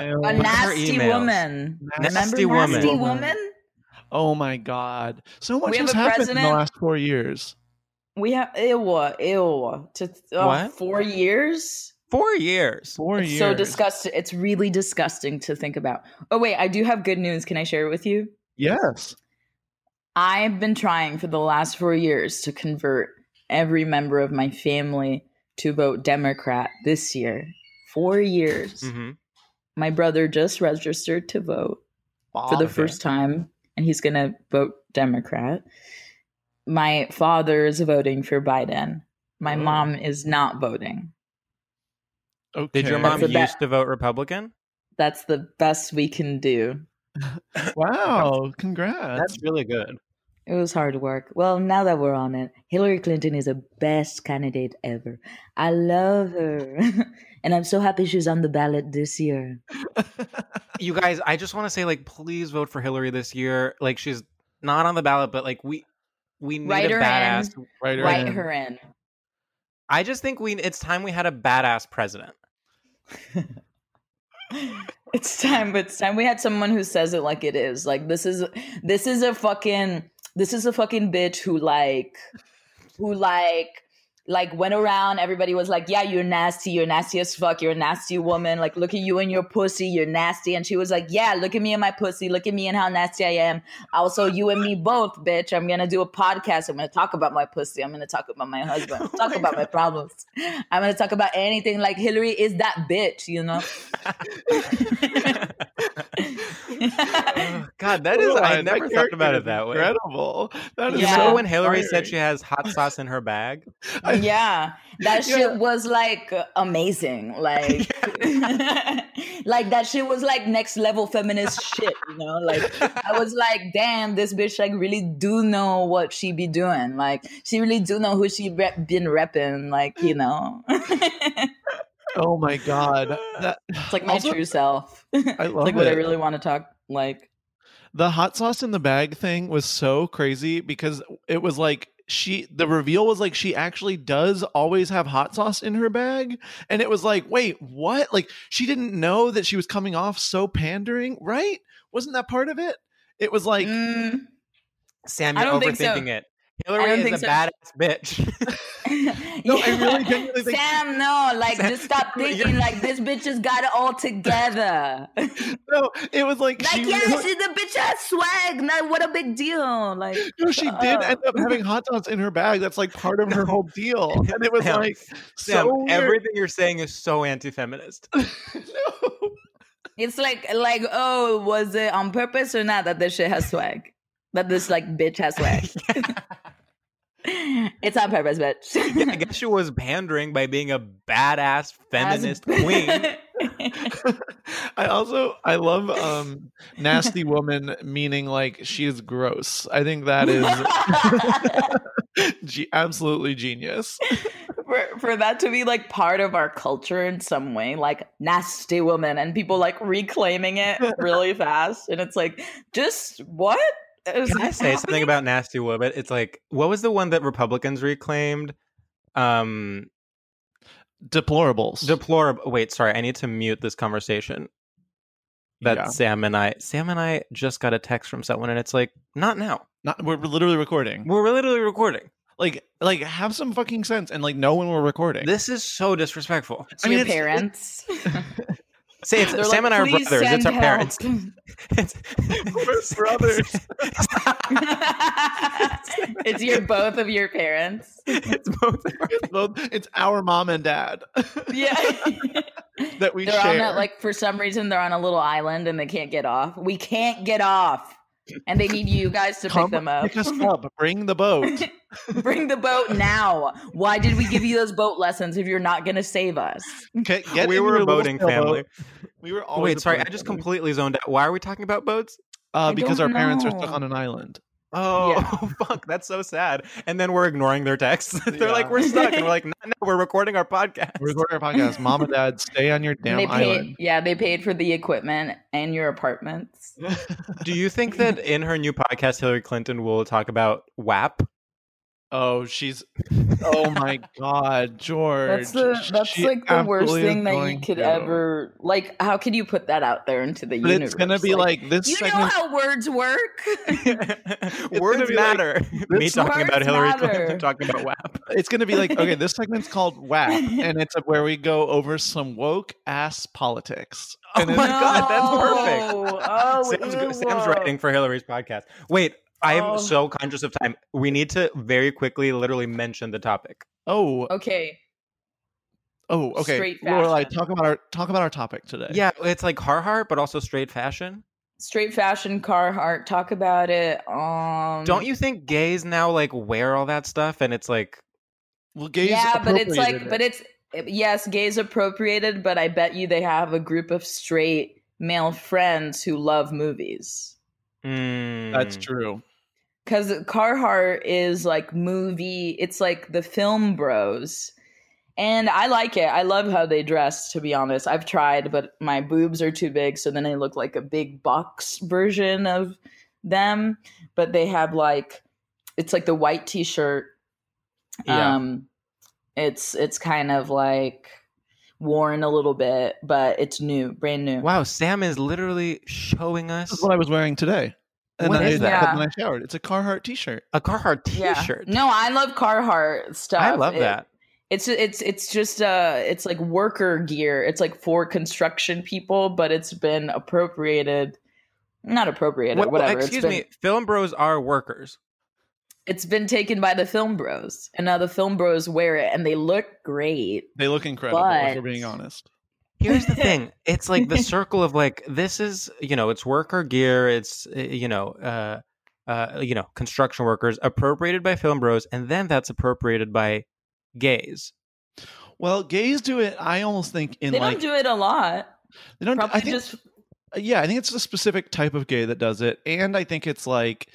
Speaker 2: her e-,
Speaker 4: A
Speaker 2: emails-
Speaker 4: nasty woman.
Speaker 1: Nasty
Speaker 4: Remember
Speaker 1: woman.
Speaker 4: Nasty woman.
Speaker 2: Oh my god! So much
Speaker 4: We have
Speaker 2: has
Speaker 4: a
Speaker 2: happened in
Speaker 4: president-
Speaker 2: the last four years.
Speaker 4: We have ew ew to oh,
Speaker 2: What?
Speaker 4: four years.
Speaker 1: Four years.
Speaker 2: Four
Speaker 4: It's
Speaker 2: years.
Speaker 4: so disgusting. It's really disgusting to think about. Oh wait, I do have good news. Can I share it with you?
Speaker 2: Yes.
Speaker 4: I've been trying for the last four years to convert every member of my family to vote Democrat this year. Four years.
Speaker 1: Mm-hmm.
Speaker 4: My brother just registered to vote for the
Speaker 1: Okay.
Speaker 4: first time, and he's going to vote Democrat. My father is voting for Biden. My
Speaker 1: Oh.
Speaker 4: mom is not voting.
Speaker 2: Okay.
Speaker 1: Did your
Speaker 4: That's
Speaker 1: mom
Speaker 4: the
Speaker 1: used
Speaker 4: be-
Speaker 1: to vote Republican?
Speaker 4: That's the best we can do.
Speaker 2: Wow! Congrats.
Speaker 1: That's really good.
Speaker 4: It was hard work. Well, now that we're on it, Hillary Clinton is the best candidate ever. I love her. and I'm so happy she's on the ballot this year.
Speaker 1: you guys, I just want to say, like, please vote for Hillary this year. Like, she's not on the ballot, but like, we we need
Speaker 4: Write
Speaker 1: a
Speaker 4: her in.
Speaker 1: badass.
Speaker 2: Right.
Speaker 4: Write
Speaker 2: right.
Speaker 4: her in.
Speaker 1: I just think we it's time we had a badass president.
Speaker 4: It's time, but it's time we had someone who says it like it is. Like this is this is a fucking this is a fucking bitch who like who like like went around everybody was like yeah you're nasty you're nasty as fuck you're a nasty woman like look at you and your pussy you're nasty and she was like yeah look at me and my pussy look at me and how nasty i am also you and me both bitch i'm gonna do a podcast i'm gonna talk about my pussy i'm gonna talk about my husband talk about my problems i'm gonna talk about anything like hillary is that bitch you know
Speaker 1: God, that is.
Speaker 2: Oh,
Speaker 1: I
Speaker 2: that
Speaker 1: never thought
Speaker 2: character
Speaker 1: about
Speaker 2: is
Speaker 1: it that way.
Speaker 2: incredible. That is
Speaker 1: you
Speaker 2: so
Speaker 1: know when Hillary
Speaker 2: inspiring.
Speaker 1: said she has hot sauce in her bag?
Speaker 4: yeah, that
Speaker 2: Yeah.
Speaker 4: shit was like amazing. Like, like that shit was like next level feminist shit. You know, like I was like, damn, this bitch like really do know what she be doing. Like she really do know who she rep- been repping. Like you know,
Speaker 2: Oh my god. That
Speaker 4: it's like my
Speaker 2: Also-
Speaker 4: true self.
Speaker 2: I love
Speaker 4: like what I
Speaker 2: it.
Speaker 4: really want to talk like.
Speaker 2: the hot sauce in the bag thing was so crazy because it was like she the reveal was like she actually does always have hot sauce in her bag and it was like wait what like she didn't know that she was coming off so pandering right wasn't that part of it it was like
Speaker 4: Mm-hmm.
Speaker 1: Sam,
Speaker 4: I
Speaker 1: you're
Speaker 4: don't think
Speaker 1: overthinking
Speaker 4: so.
Speaker 1: it.
Speaker 4: I
Speaker 1: Hillary
Speaker 4: don't
Speaker 1: is
Speaker 4: think
Speaker 1: a
Speaker 4: so.
Speaker 1: badass bitch.
Speaker 2: no i really genuinely think
Speaker 4: Sam, no, like just stop thinking like this bitch has got it all together.
Speaker 2: no it was like,
Speaker 4: Like,
Speaker 2: she
Speaker 4: yeah,
Speaker 2: really-
Speaker 4: she's a bitch ass swag. Like, what a big deal. Like,
Speaker 2: no, she did end up having hot sauce in her bag. That's like part of her whole deal, and it was
Speaker 1: Sam,
Speaker 2: like
Speaker 1: Sam,
Speaker 2: so weird.
Speaker 1: everything you're saying is so anti-feminist.
Speaker 4: it's like, like, oh, was it on purpose or not that this shit has swag? That this like bitch has swag. it's on purpose, bitch.
Speaker 1: Yeah, I guess she was pandering by being a badass feminist queen.
Speaker 2: I also I love um nasty woman meaning like she is gross. I think that is ge- absolutely genius.
Speaker 4: for, for that to be like part of our culture in some way, like nasty woman and people like reclaiming it really fast. And it's like, just what? Is
Speaker 1: Can I say something about Nasty Woman? It's like, what was the one that Republicans reclaimed? Um,
Speaker 2: Deplorables.
Speaker 1: deplorable. Wait, sorry, I need to mute this conversation. That
Speaker 2: Yeah.
Speaker 1: Sam and I, Sam and I just got a text from someone, and it's like, not now.
Speaker 2: Not we're literally recording.
Speaker 1: We're literally recording.
Speaker 2: Like like have some fucking sense and like know when we're recording.
Speaker 1: This is so disrespectful.
Speaker 4: I mean,
Speaker 2: it's-
Speaker 4: parents.
Speaker 1: Say it's,
Speaker 4: They're
Speaker 1: Sam
Speaker 4: like,
Speaker 1: and I are
Speaker 4: "Please
Speaker 1: brothers. It's
Speaker 4: send
Speaker 1: our
Speaker 4: help."
Speaker 1: parents. It's,
Speaker 2: we're brothers.
Speaker 4: it's your both of your parents.
Speaker 1: it's both. of our-
Speaker 2: Both- it's our mom and dad
Speaker 4: Yeah.
Speaker 2: that we
Speaker 4: they're on
Speaker 2: share.
Speaker 4: a, like for some reason they're on a little island and they can't get off. We can't get off. And they need you guys to
Speaker 2: Come
Speaker 4: pick them up.
Speaker 2: pick us up. Bring the boat.
Speaker 4: Bring the boat now. Why did we give you those boat lessons if you're not going to save us?
Speaker 2: Get, get
Speaker 1: we
Speaker 2: in
Speaker 1: were
Speaker 2: your
Speaker 1: a
Speaker 2: little
Speaker 1: boating
Speaker 2: sailboat.
Speaker 1: family. Oh,
Speaker 2: We were always
Speaker 1: Wait,
Speaker 2: a
Speaker 1: sorry, I
Speaker 2: boating
Speaker 1: just
Speaker 2: family.
Speaker 1: completely zoned out. Why are we talking about boats?
Speaker 2: uh,
Speaker 4: I
Speaker 2: because our
Speaker 4: don't
Speaker 2: parents are
Speaker 4: know.
Speaker 2: stuck on an island.
Speaker 1: Oh, fuck, that's so sad. And then we're ignoring their texts. They're like,
Speaker 2: Yeah.
Speaker 1: we're stuck, and we're like, not now. We're recording our podcast.
Speaker 2: We record our podcast. Mom and dad, stay on your
Speaker 4: And
Speaker 2: damn
Speaker 4: they paid,
Speaker 2: island.
Speaker 4: yeah, they paid for the equipment and your apartments.
Speaker 1: Do you think that in her new podcast, Hillary Clinton will talk about WAP?
Speaker 2: Oh, she's. Oh my God, George.
Speaker 4: That's the that's
Speaker 2: She
Speaker 4: like the worst
Speaker 2: absolutely is
Speaker 4: thing that you
Speaker 2: going
Speaker 4: could
Speaker 2: to.
Speaker 4: ever like. How could you put that out there into the
Speaker 2: But
Speaker 4: universe?
Speaker 2: it's gonna be like, this.
Speaker 4: you know
Speaker 2: segment-
Speaker 4: how words work.
Speaker 2: gonna
Speaker 1: Words
Speaker 2: be like,
Speaker 1: matter. Me
Speaker 2: this
Speaker 1: talking about
Speaker 4: words
Speaker 1: Hillary
Speaker 4: matter.
Speaker 1: Clinton talking about WAP.
Speaker 2: it's gonna be like okay, this segment's called WAP, and it's where we go over some woke ass politics.
Speaker 1: Oh
Speaker 2: And
Speaker 1: my
Speaker 2: it's-
Speaker 1: God, that's perfect.
Speaker 4: No. Oh,
Speaker 1: Sam's, go-
Speaker 4: ew.
Speaker 1: Sam's writing for Hillary's podcast. Wait, I am
Speaker 4: Oh.
Speaker 1: so conscious of time. We need to very quickly, literally mention the topic.
Speaker 2: Oh,
Speaker 4: Okay,
Speaker 2: oh, okay.
Speaker 4: Straight
Speaker 2: Lorelai,
Speaker 4: fashion.
Speaker 2: talk about our talk about our topic today.
Speaker 1: Yeah, it's like Carhartt, but also straight fashion.
Speaker 4: straight fashion, Carhartt. Talk about it. Um,
Speaker 1: Don't you think gays now like wear all that stuff and it's like
Speaker 2: Well, gays
Speaker 4: yeah, but it's
Speaker 2: appropriated
Speaker 4: like,
Speaker 2: it.
Speaker 4: but it's yes, gays appropriated, but I bet you they have a group of straight male friends who love movies.
Speaker 1: mm,
Speaker 2: that's true.
Speaker 4: Because Carhartt is like movie, it's like the film bros. And I like it. I love how they dress, to be honest. I've tried, but my boobs are too big. So then I look like a big box version of them. But they have like, it's like the white t shirt.
Speaker 1: Yeah.
Speaker 4: Um, it's it's kind of like worn a little bit, but it's new, brand new.
Speaker 1: Um, Wow, Sam is literally showing
Speaker 2: This is
Speaker 1: us
Speaker 2: what I was wearing today. And
Speaker 1: What
Speaker 2: then I
Speaker 1: is
Speaker 2: did that
Speaker 4: that?
Speaker 2: when I showered. It's a Carhartt t-shirt.
Speaker 1: a Carhartt
Speaker 4: Yeah.
Speaker 1: T-shirt.
Speaker 4: No, I love Carhartt stuff.
Speaker 1: I love
Speaker 4: It-
Speaker 1: that.
Speaker 4: it's it's it's just uh it's like worker gear it's like for construction people but it's been appropriated not appropriated
Speaker 1: Well,
Speaker 4: whatever
Speaker 1: Excuse
Speaker 4: it's been
Speaker 1: me, film bros are workers.
Speaker 4: it's been taken by the film bros and now the film bros wear it and they look great
Speaker 2: They look incredible, if we're
Speaker 4: But-
Speaker 2: being honest.
Speaker 1: Here's the thing. It's like the circle of like this is you know it's worker gear. It's uh, you know uh, uh, you know construction workers appropriated by film bros, and then that's appropriated by gays.
Speaker 2: Well, gays do it. I almost think in
Speaker 4: they
Speaker 2: like
Speaker 4: don't do it a lot.
Speaker 2: they don't.
Speaker 4: Probably
Speaker 2: I think uh,
Speaker 4: just
Speaker 2: yeah, I think it's a specific type of gay that does it, and I think it's like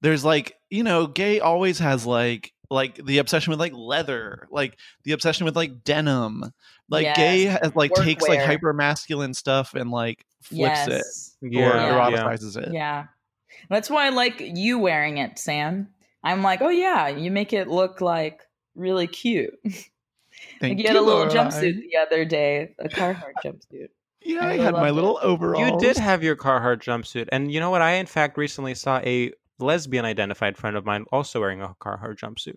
Speaker 2: there's like you know, gay always has like like the obsession with like leather, like the obsession with like denim, like
Speaker 4: Yes.
Speaker 2: gay has like takes like
Speaker 4: Workwear.
Speaker 2: hyper masculine stuff and like flips
Speaker 4: Yes.
Speaker 2: it
Speaker 1: Yeah,
Speaker 2: or
Speaker 1: yeah.
Speaker 2: eroticizes it.
Speaker 4: yeah. That's why I like you wearing it, Sam. I'm like, oh yeah, you make it look like really cute.
Speaker 2: Thank
Speaker 4: like you had a little
Speaker 2: Lorelai.
Speaker 4: jumpsuit the other day, a Carhartt jumpsuit.
Speaker 2: Yeah,
Speaker 4: I
Speaker 2: I
Speaker 4: really
Speaker 2: had my
Speaker 4: loved it.
Speaker 2: little overalls.
Speaker 1: You did have your Carhartt jumpsuit, and you know what? I in fact recently saw a lesbian identified friend of mine also wearing a Carhartt jumpsuit.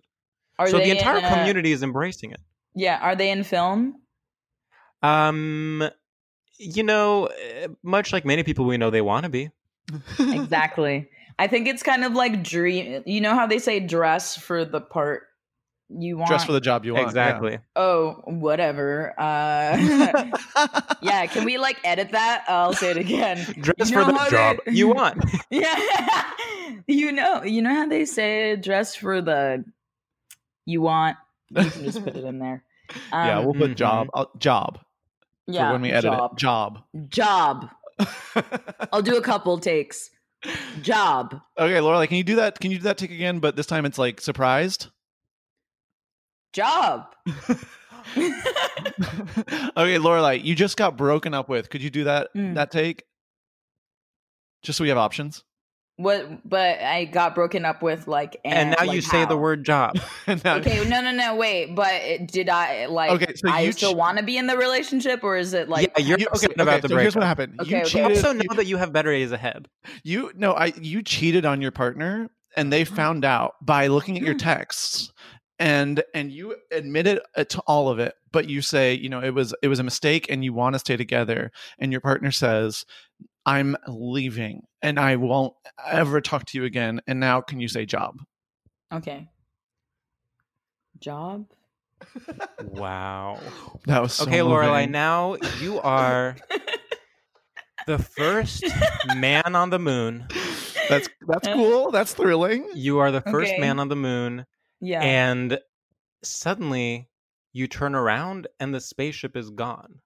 Speaker 4: Are
Speaker 1: so
Speaker 4: they
Speaker 1: the
Speaker 4: in,
Speaker 1: entire
Speaker 4: uh,
Speaker 1: community is embracing it.
Speaker 4: Yeah, are they in film?
Speaker 1: Um, you know, eh, much like many people we know, they want to be.
Speaker 4: exactly. I think it's kind of like dream. You know how they say dress for the part you want.
Speaker 2: dress for the job you want.
Speaker 1: exactly.
Speaker 4: Oh, whatever. Uh, yeah, can we like edit that? I'll say it again.
Speaker 1: Dress
Speaker 4: You know
Speaker 1: for
Speaker 4: how
Speaker 1: the
Speaker 4: they-
Speaker 1: job you want.
Speaker 4: Yeah. you know, you know how they say dress for the you want. You can just put it in there.
Speaker 2: Yeah, yeah
Speaker 4: Um,
Speaker 2: we'll
Speaker 1: Mm-hmm.
Speaker 2: put job uh, job for
Speaker 4: yeah,
Speaker 2: when we edit
Speaker 4: job.
Speaker 2: it. Job.
Speaker 4: Job. I'll do a couple takes. Job.
Speaker 2: Okay, Lorelai, can you do that? Can you do that tick again? But this time it's like surprised.
Speaker 4: Job.
Speaker 2: Okay, Lorelai, you just got broken up with. Could you do that
Speaker 4: Mm.
Speaker 2: that take? Just so we have options.
Speaker 4: What? But I got broken up with like.
Speaker 1: And,
Speaker 4: And,
Speaker 1: now you
Speaker 4: like,
Speaker 1: say the
Speaker 4: how.
Speaker 1: word job.
Speaker 2: And now-
Speaker 4: Okay, no, no, no. Wait, but it- did I like?
Speaker 2: Okay, so
Speaker 4: I
Speaker 2: you
Speaker 4: still
Speaker 2: ch-
Speaker 4: want to be in the relationship, or is it like?
Speaker 1: yeah, you're
Speaker 2: You- okay,
Speaker 1: upset about
Speaker 2: okay,
Speaker 1: the
Speaker 2: so here's what
Speaker 1: breakup.
Speaker 2: happened.
Speaker 4: Okay,
Speaker 2: you
Speaker 4: okay.
Speaker 2: cheated.
Speaker 1: Also, now that you have better days ahead,
Speaker 2: You no, I you cheated on your partner and
Speaker 4: Mm-hmm.
Speaker 2: they found out by looking at your texts and and you admitted uh, to all of it, but you say, you know, it was it was a mistake and you want to stay together and your partner says, "I'm leaving and I won't ever talk to you again." And now can you say job?
Speaker 4: Okay. Job.
Speaker 1: wow.
Speaker 2: That was so
Speaker 1: okay, Lorelai.
Speaker 2: moving.
Speaker 1: Now you are the first man on the moon.
Speaker 2: That's that's cool. That's thrilling.
Speaker 1: You are the first
Speaker 4: Okay.
Speaker 1: man on the moon.
Speaker 4: Yeah.
Speaker 1: And suddenly you turn around and the spaceship is gone.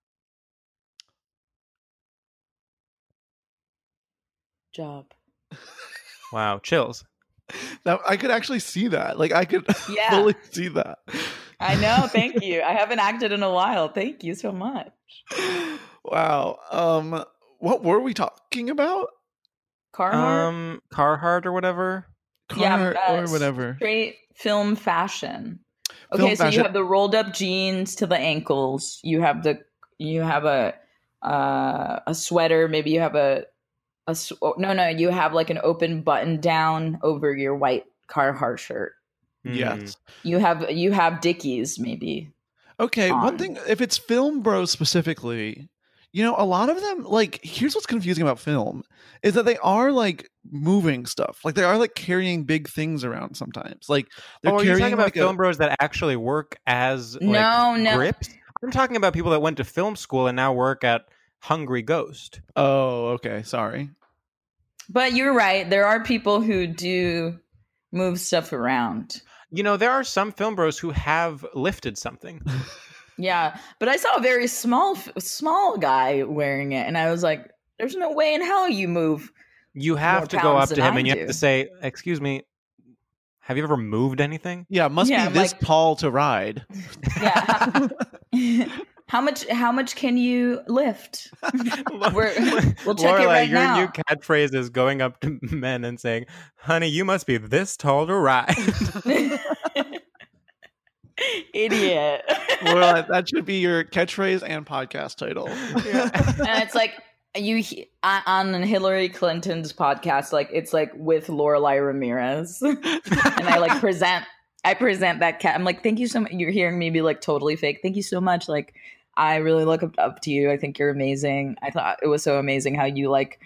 Speaker 4: job.
Speaker 1: Wow, chills.
Speaker 2: That I could actually see that. Like I could
Speaker 4: Yeah.
Speaker 2: fully see that.
Speaker 4: I know. Thank you. I haven't acted in a while. Thank you so much.
Speaker 2: wow. Um what were we talking about?
Speaker 4: Carhartt.
Speaker 1: Um, Carhartt or whatever.
Speaker 4: Yeah,
Speaker 2: Car
Speaker 4: uh,
Speaker 2: or whatever.
Speaker 1: Hmm.
Speaker 4: Straight film fashion. Okay,
Speaker 2: Film
Speaker 4: so
Speaker 2: fashion.
Speaker 4: you have the rolled up jeans to the ankles. You have the you have a uh, a sweater. Maybe you have a a s- oh, no no. You have like an open button down over your white Carhartt shirt.
Speaker 2: Yes.
Speaker 4: You have you have Dickies maybe.
Speaker 2: Okay,
Speaker 4: on.
Speaker 2: one thing if it's film bro specifically, you know, a lot of them like here's what's confusing about film is that they are like moving stuff. Like they are like carrying big things around sometimes. Like they're
Speaker 1: Oh, are you
Speaker 2: carrying
Speaker 1: talking about
Speaker 2: like, a-
Speaker 1: film bros that actually work as like,
Speaker 4: No, no.
Speaker 1: grips? I'm talking about people that went to film school and now work at Hungry Ghost.
Speaker 2: Oh, okay. Sorry.
Speaker 4: But you're right. There are people who do move stuff around.
Speaker 1: You know, there are some film bros who have lifted something.
Speaker 4: Yeah, but I saw a very small f- small guy wearing it, and I was like, "There's no way in hell you move."
Speaker 1: You
Speaker 4: More
Speaker 1: have to go
Speaker 4: pounds
Speaker 1: up to
Speaker 4: than
Speaker 1: him
Speaker 4: I
Speaker 1: and you have
Speaker 4: do.
Speaker 1: to say, "Excuse me, have you ever moved anything?"
Speaker 2: Yeah, it must
Speaker 4: Yeah, I'm
Speaker 2: be this
Speaker 4: like-
Speaker 2: tall to ride.
Speaker 4: Yeah. how much? How much can you lift? We're, we'll check
Speaker 1: Lorelai,
Speaker 4: it right
Speaker 1: your
Speaker 4: now.
Speaker 1: new catchphrase is going up to men and saying, "Honey, you must be this tall to ride."
Speaker 4: Idiot.
Speaker 2: Well, that should be your catchphrase and podcast title.
Speaker 4: and it's like you he- on- on Hillary Clinton's podcast, like it's like with Lorelai Ramirez, and I like present, I present that cat. I'm like, thank you so much. You're hearing me be like totally fake. Thank you so much. Like, I really look up, up to you. I think you're amazing. I thought it was so amazing how you like,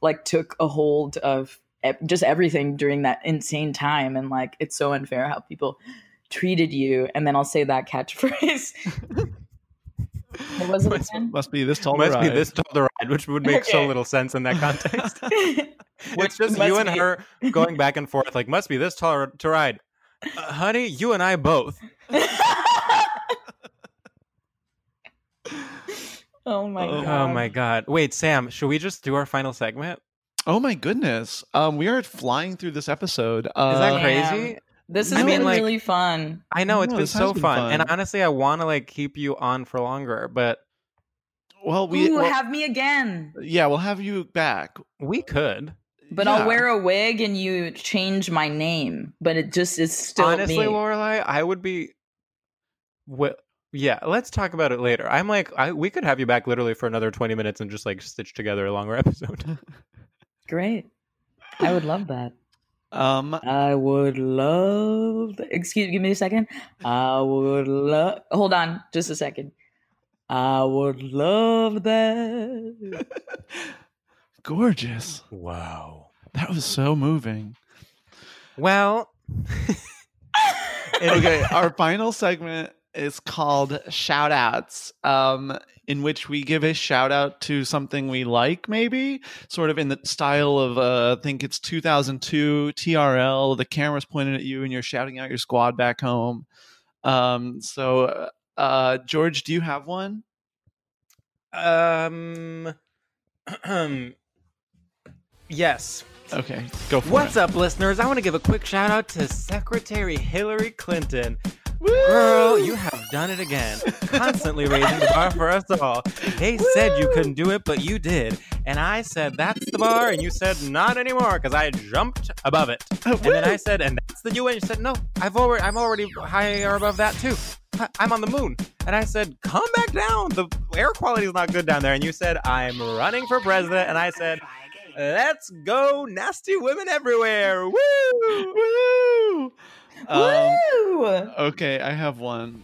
Speaker 4: like took a hold of e- just everything during that insane time, and like it's so unfair how people treated you. And then I'll say that catchphrase. What was it
Speaker 2: must,
Speaker 4: again?
Speaker 2: must be this tall. to
Speaker 1: Must be
Speaker 2: ride.
Speaker 1: this tall to ride, which would make so
Speaker 4: Okay.
Speaker 1: little sense in that context.
Speaker 4: Which
Speaker 1: it's just you and her going back and forth, like, must be this tall to ride. Uh, honey, you and I both.
Speaker 4: Oh my
Speaker 1: oh
Speaker 4: god.
Speaker 1: my god. Wait, Sam, should we just do our final segment?
Speaker 2: Oh my goodness. Um, we are flying through this episode. Uh,
Speaker 1: Is that
Speaker 4: Damn.
Speaker 1: crazy?
Speaker 4: This
Speaker 1: I
Speaker 4: has
Speaker 1: mean,
Speaker 4: been
Speaker 1: like-
Speaker 4: really fun.
Speaker 1: I know it's
Speaker 2: No,
Speaker 1: been
Speaker 2: this
Speaker 1: so
Speaker 2: has been
Speaker 1: fun.
Speaker 2: fun.
Speaker 1: and honestly, I want to like keep you on for longer, but
Speaker 2: Well, we
Speaker 4: Ooh,
Speaker 2: well,
Speaker 4: have me again.
Speaker 2: yeah, we'll have you back.
Speaker 1: we could.
Speaker 4: But
Speaker 2: Yeah.
Speaker 4: I'll wear a wig and you change my name. But it just is still
Speaker 1: honestly,
Speaker 4: me.
Speaker 1: Lorelai, I would be. Well, yeah, let's talk about it later. I'm like, I, we could have you back literally for another 20 minutes and just like stitch together a longer episode.
Speaker 4: Great. I would love that.
Speaker 2: Um,
Speaker 4: I would love. Excuse, give me a second. I would love. Hold on, just a second. I would love that.
Speaker 2: gorgeous.
Speaker 1: wow.
Speaker 2: That was so moving.
Speaker 1: Well,
Speaker 2: okay, our final segment is called shout outs um in which we give a shout out to something we like maybe sort of in the style of uh, i think it's 2002 trl the camera's pointed at you and you're shouting out your squad back home um so uh george do you have one
Speaker 1: um, yes.
Speaker 2: okay go for
Speaker 1: What's
Speaker 2: it
Speaker 1: up, listeners? I want to give a quick shout out to Secretary Hillary Clinton. Girl, you have done it again. Constantly raising the bar for us all. They said you couldn't do it, but you did. And I said, that's the bar. And you said, not anymore, because I jumped above it. And then I said, and that's the new one. You said, no, I've already, I'm already higher above that, too. I- I'm on the moon. And I said, come back down. The air quality is not good down there. And you said, I'm running for president. And I said, let's go, nasty women everywhere. Woo!
Speaker 2: Woo! Um,
Speaker 4: Woo!
Speaker 2: Okay, I have one.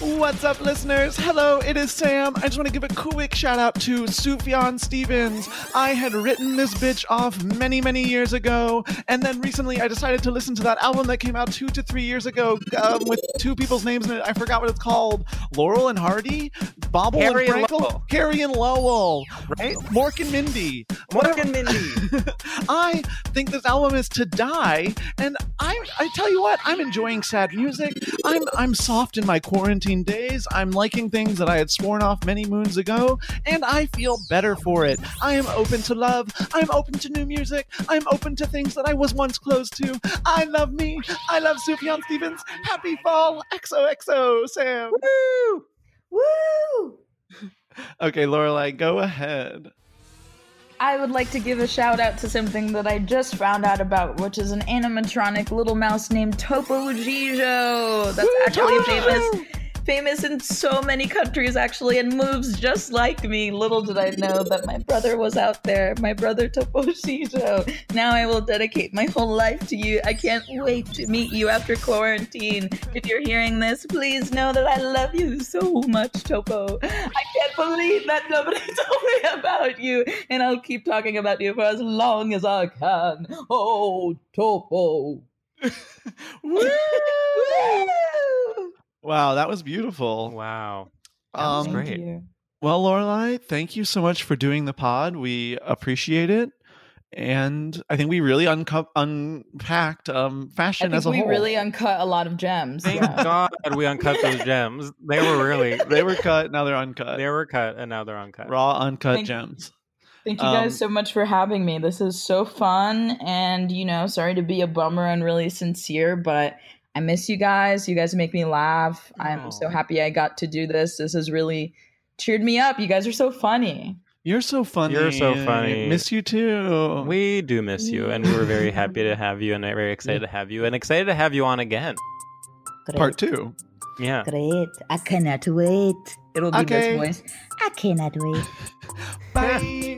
Speaker 2: What's up, listeners? Hello, it is Sam. I just want to give a quick shout out to Sufjan Stevens. I had written this bitch off many, many years ago, and then recently I decided to listen to that album that came out two to three years ago um, with two people's names in it. I forgot what it's called Laurel and Hardy? Bobble
Speaker 1: Harry and
Speaker 2: and Frankel?
Speaker 1: Lowell.
Speaker 2: Harry and Lowell.
Speaker 1: Right?
Speaker 2: Mork and Mindy.
Speaker 1: Mork and Mindy.
Speaker 2: I think this album is to die, and I I tell you what, I'm enjoying sad music. I'm I'm soft in my quarantine days. I'm liking things that I had sworn off many moons ago, and I feel better for it. I am open to love. I'm open to new music. I'm open to things that I was once closed to. I love me. I love Sufjan Stevens. Happy fall. XOXO, Sam.
Speaker 4: Woo! Woo!
Speaker 2: Okay, Lorelai, go ahead.
Speaker 4: I would like to give a shout out to something that I just found out about, which is an animatronic little mouse named Topo Gijo. That's actually famous, famous in so many countries, actually, and moves just like me. Little did I know that my brother was out there, my brother Topo Gijo. Now I will dedicate my whole life to you. I can't wait to meet you after quarantine. If you're hearing this, please know that I love you so much, Topo. I can't believe that nobody told me about you, and I'll keep talking about you for as long as I can. Oh, Topo.
Speaker 2: Woo! Wow, that was beautiful.
Speaker 1: Wow.
Speaker 2: Um,
Speaker 1: great.
Speaker 2: Well, Lorelai, thank you so much for doing the pod. We appreciate it, and I think we really unco- unpacked um,
Speaker 4: I
Speaker 2: fashion
Speaker 4: think
Speaker 2: as a
Speaker 4: we
Speaker 2: whole.
Speaker 4: really uncut a lot of gems.
Speaker 1: Thank
Speaker 4: yeah.
Speaker 1: God we uncut those gems. They were really,
Speaker 2: they were cut. Now they're uncut.
Speaker 1: they were cut and now they're uncut.
Speaker 2: raw, uncut
Speaker 4: Thank-
Speaker 2: gems.
Speaker 4: Thank you guys
Speaker 2: Um,
Speaker 4: so much for having me. This is so fun, and you know, sorry to be a bummer and really sincere, but I miss you guys. You guys make me laugh.
Speaker 1: Aw.
Speaker 4: I'm so happy I got to do this. This has really cheered me up. You guys are so funny.
Speaker 2: You're so funny.
Speaker 1: You're so funny.
Speaker 2: Miss you too.
Speaker 1: We do miss you, and we're very happy to have you, and very excited to have you, and excited to have you on again.
Speaker 2: part two.
Speaker 1: Yeah.
Speaker 6: Great. I cannot wait.
Speaker 4: It'll be
Speaker 2: Okay.
Speaker 4: this voice.
Speaker 6: I cannot wait.
Speaker 2: Bye.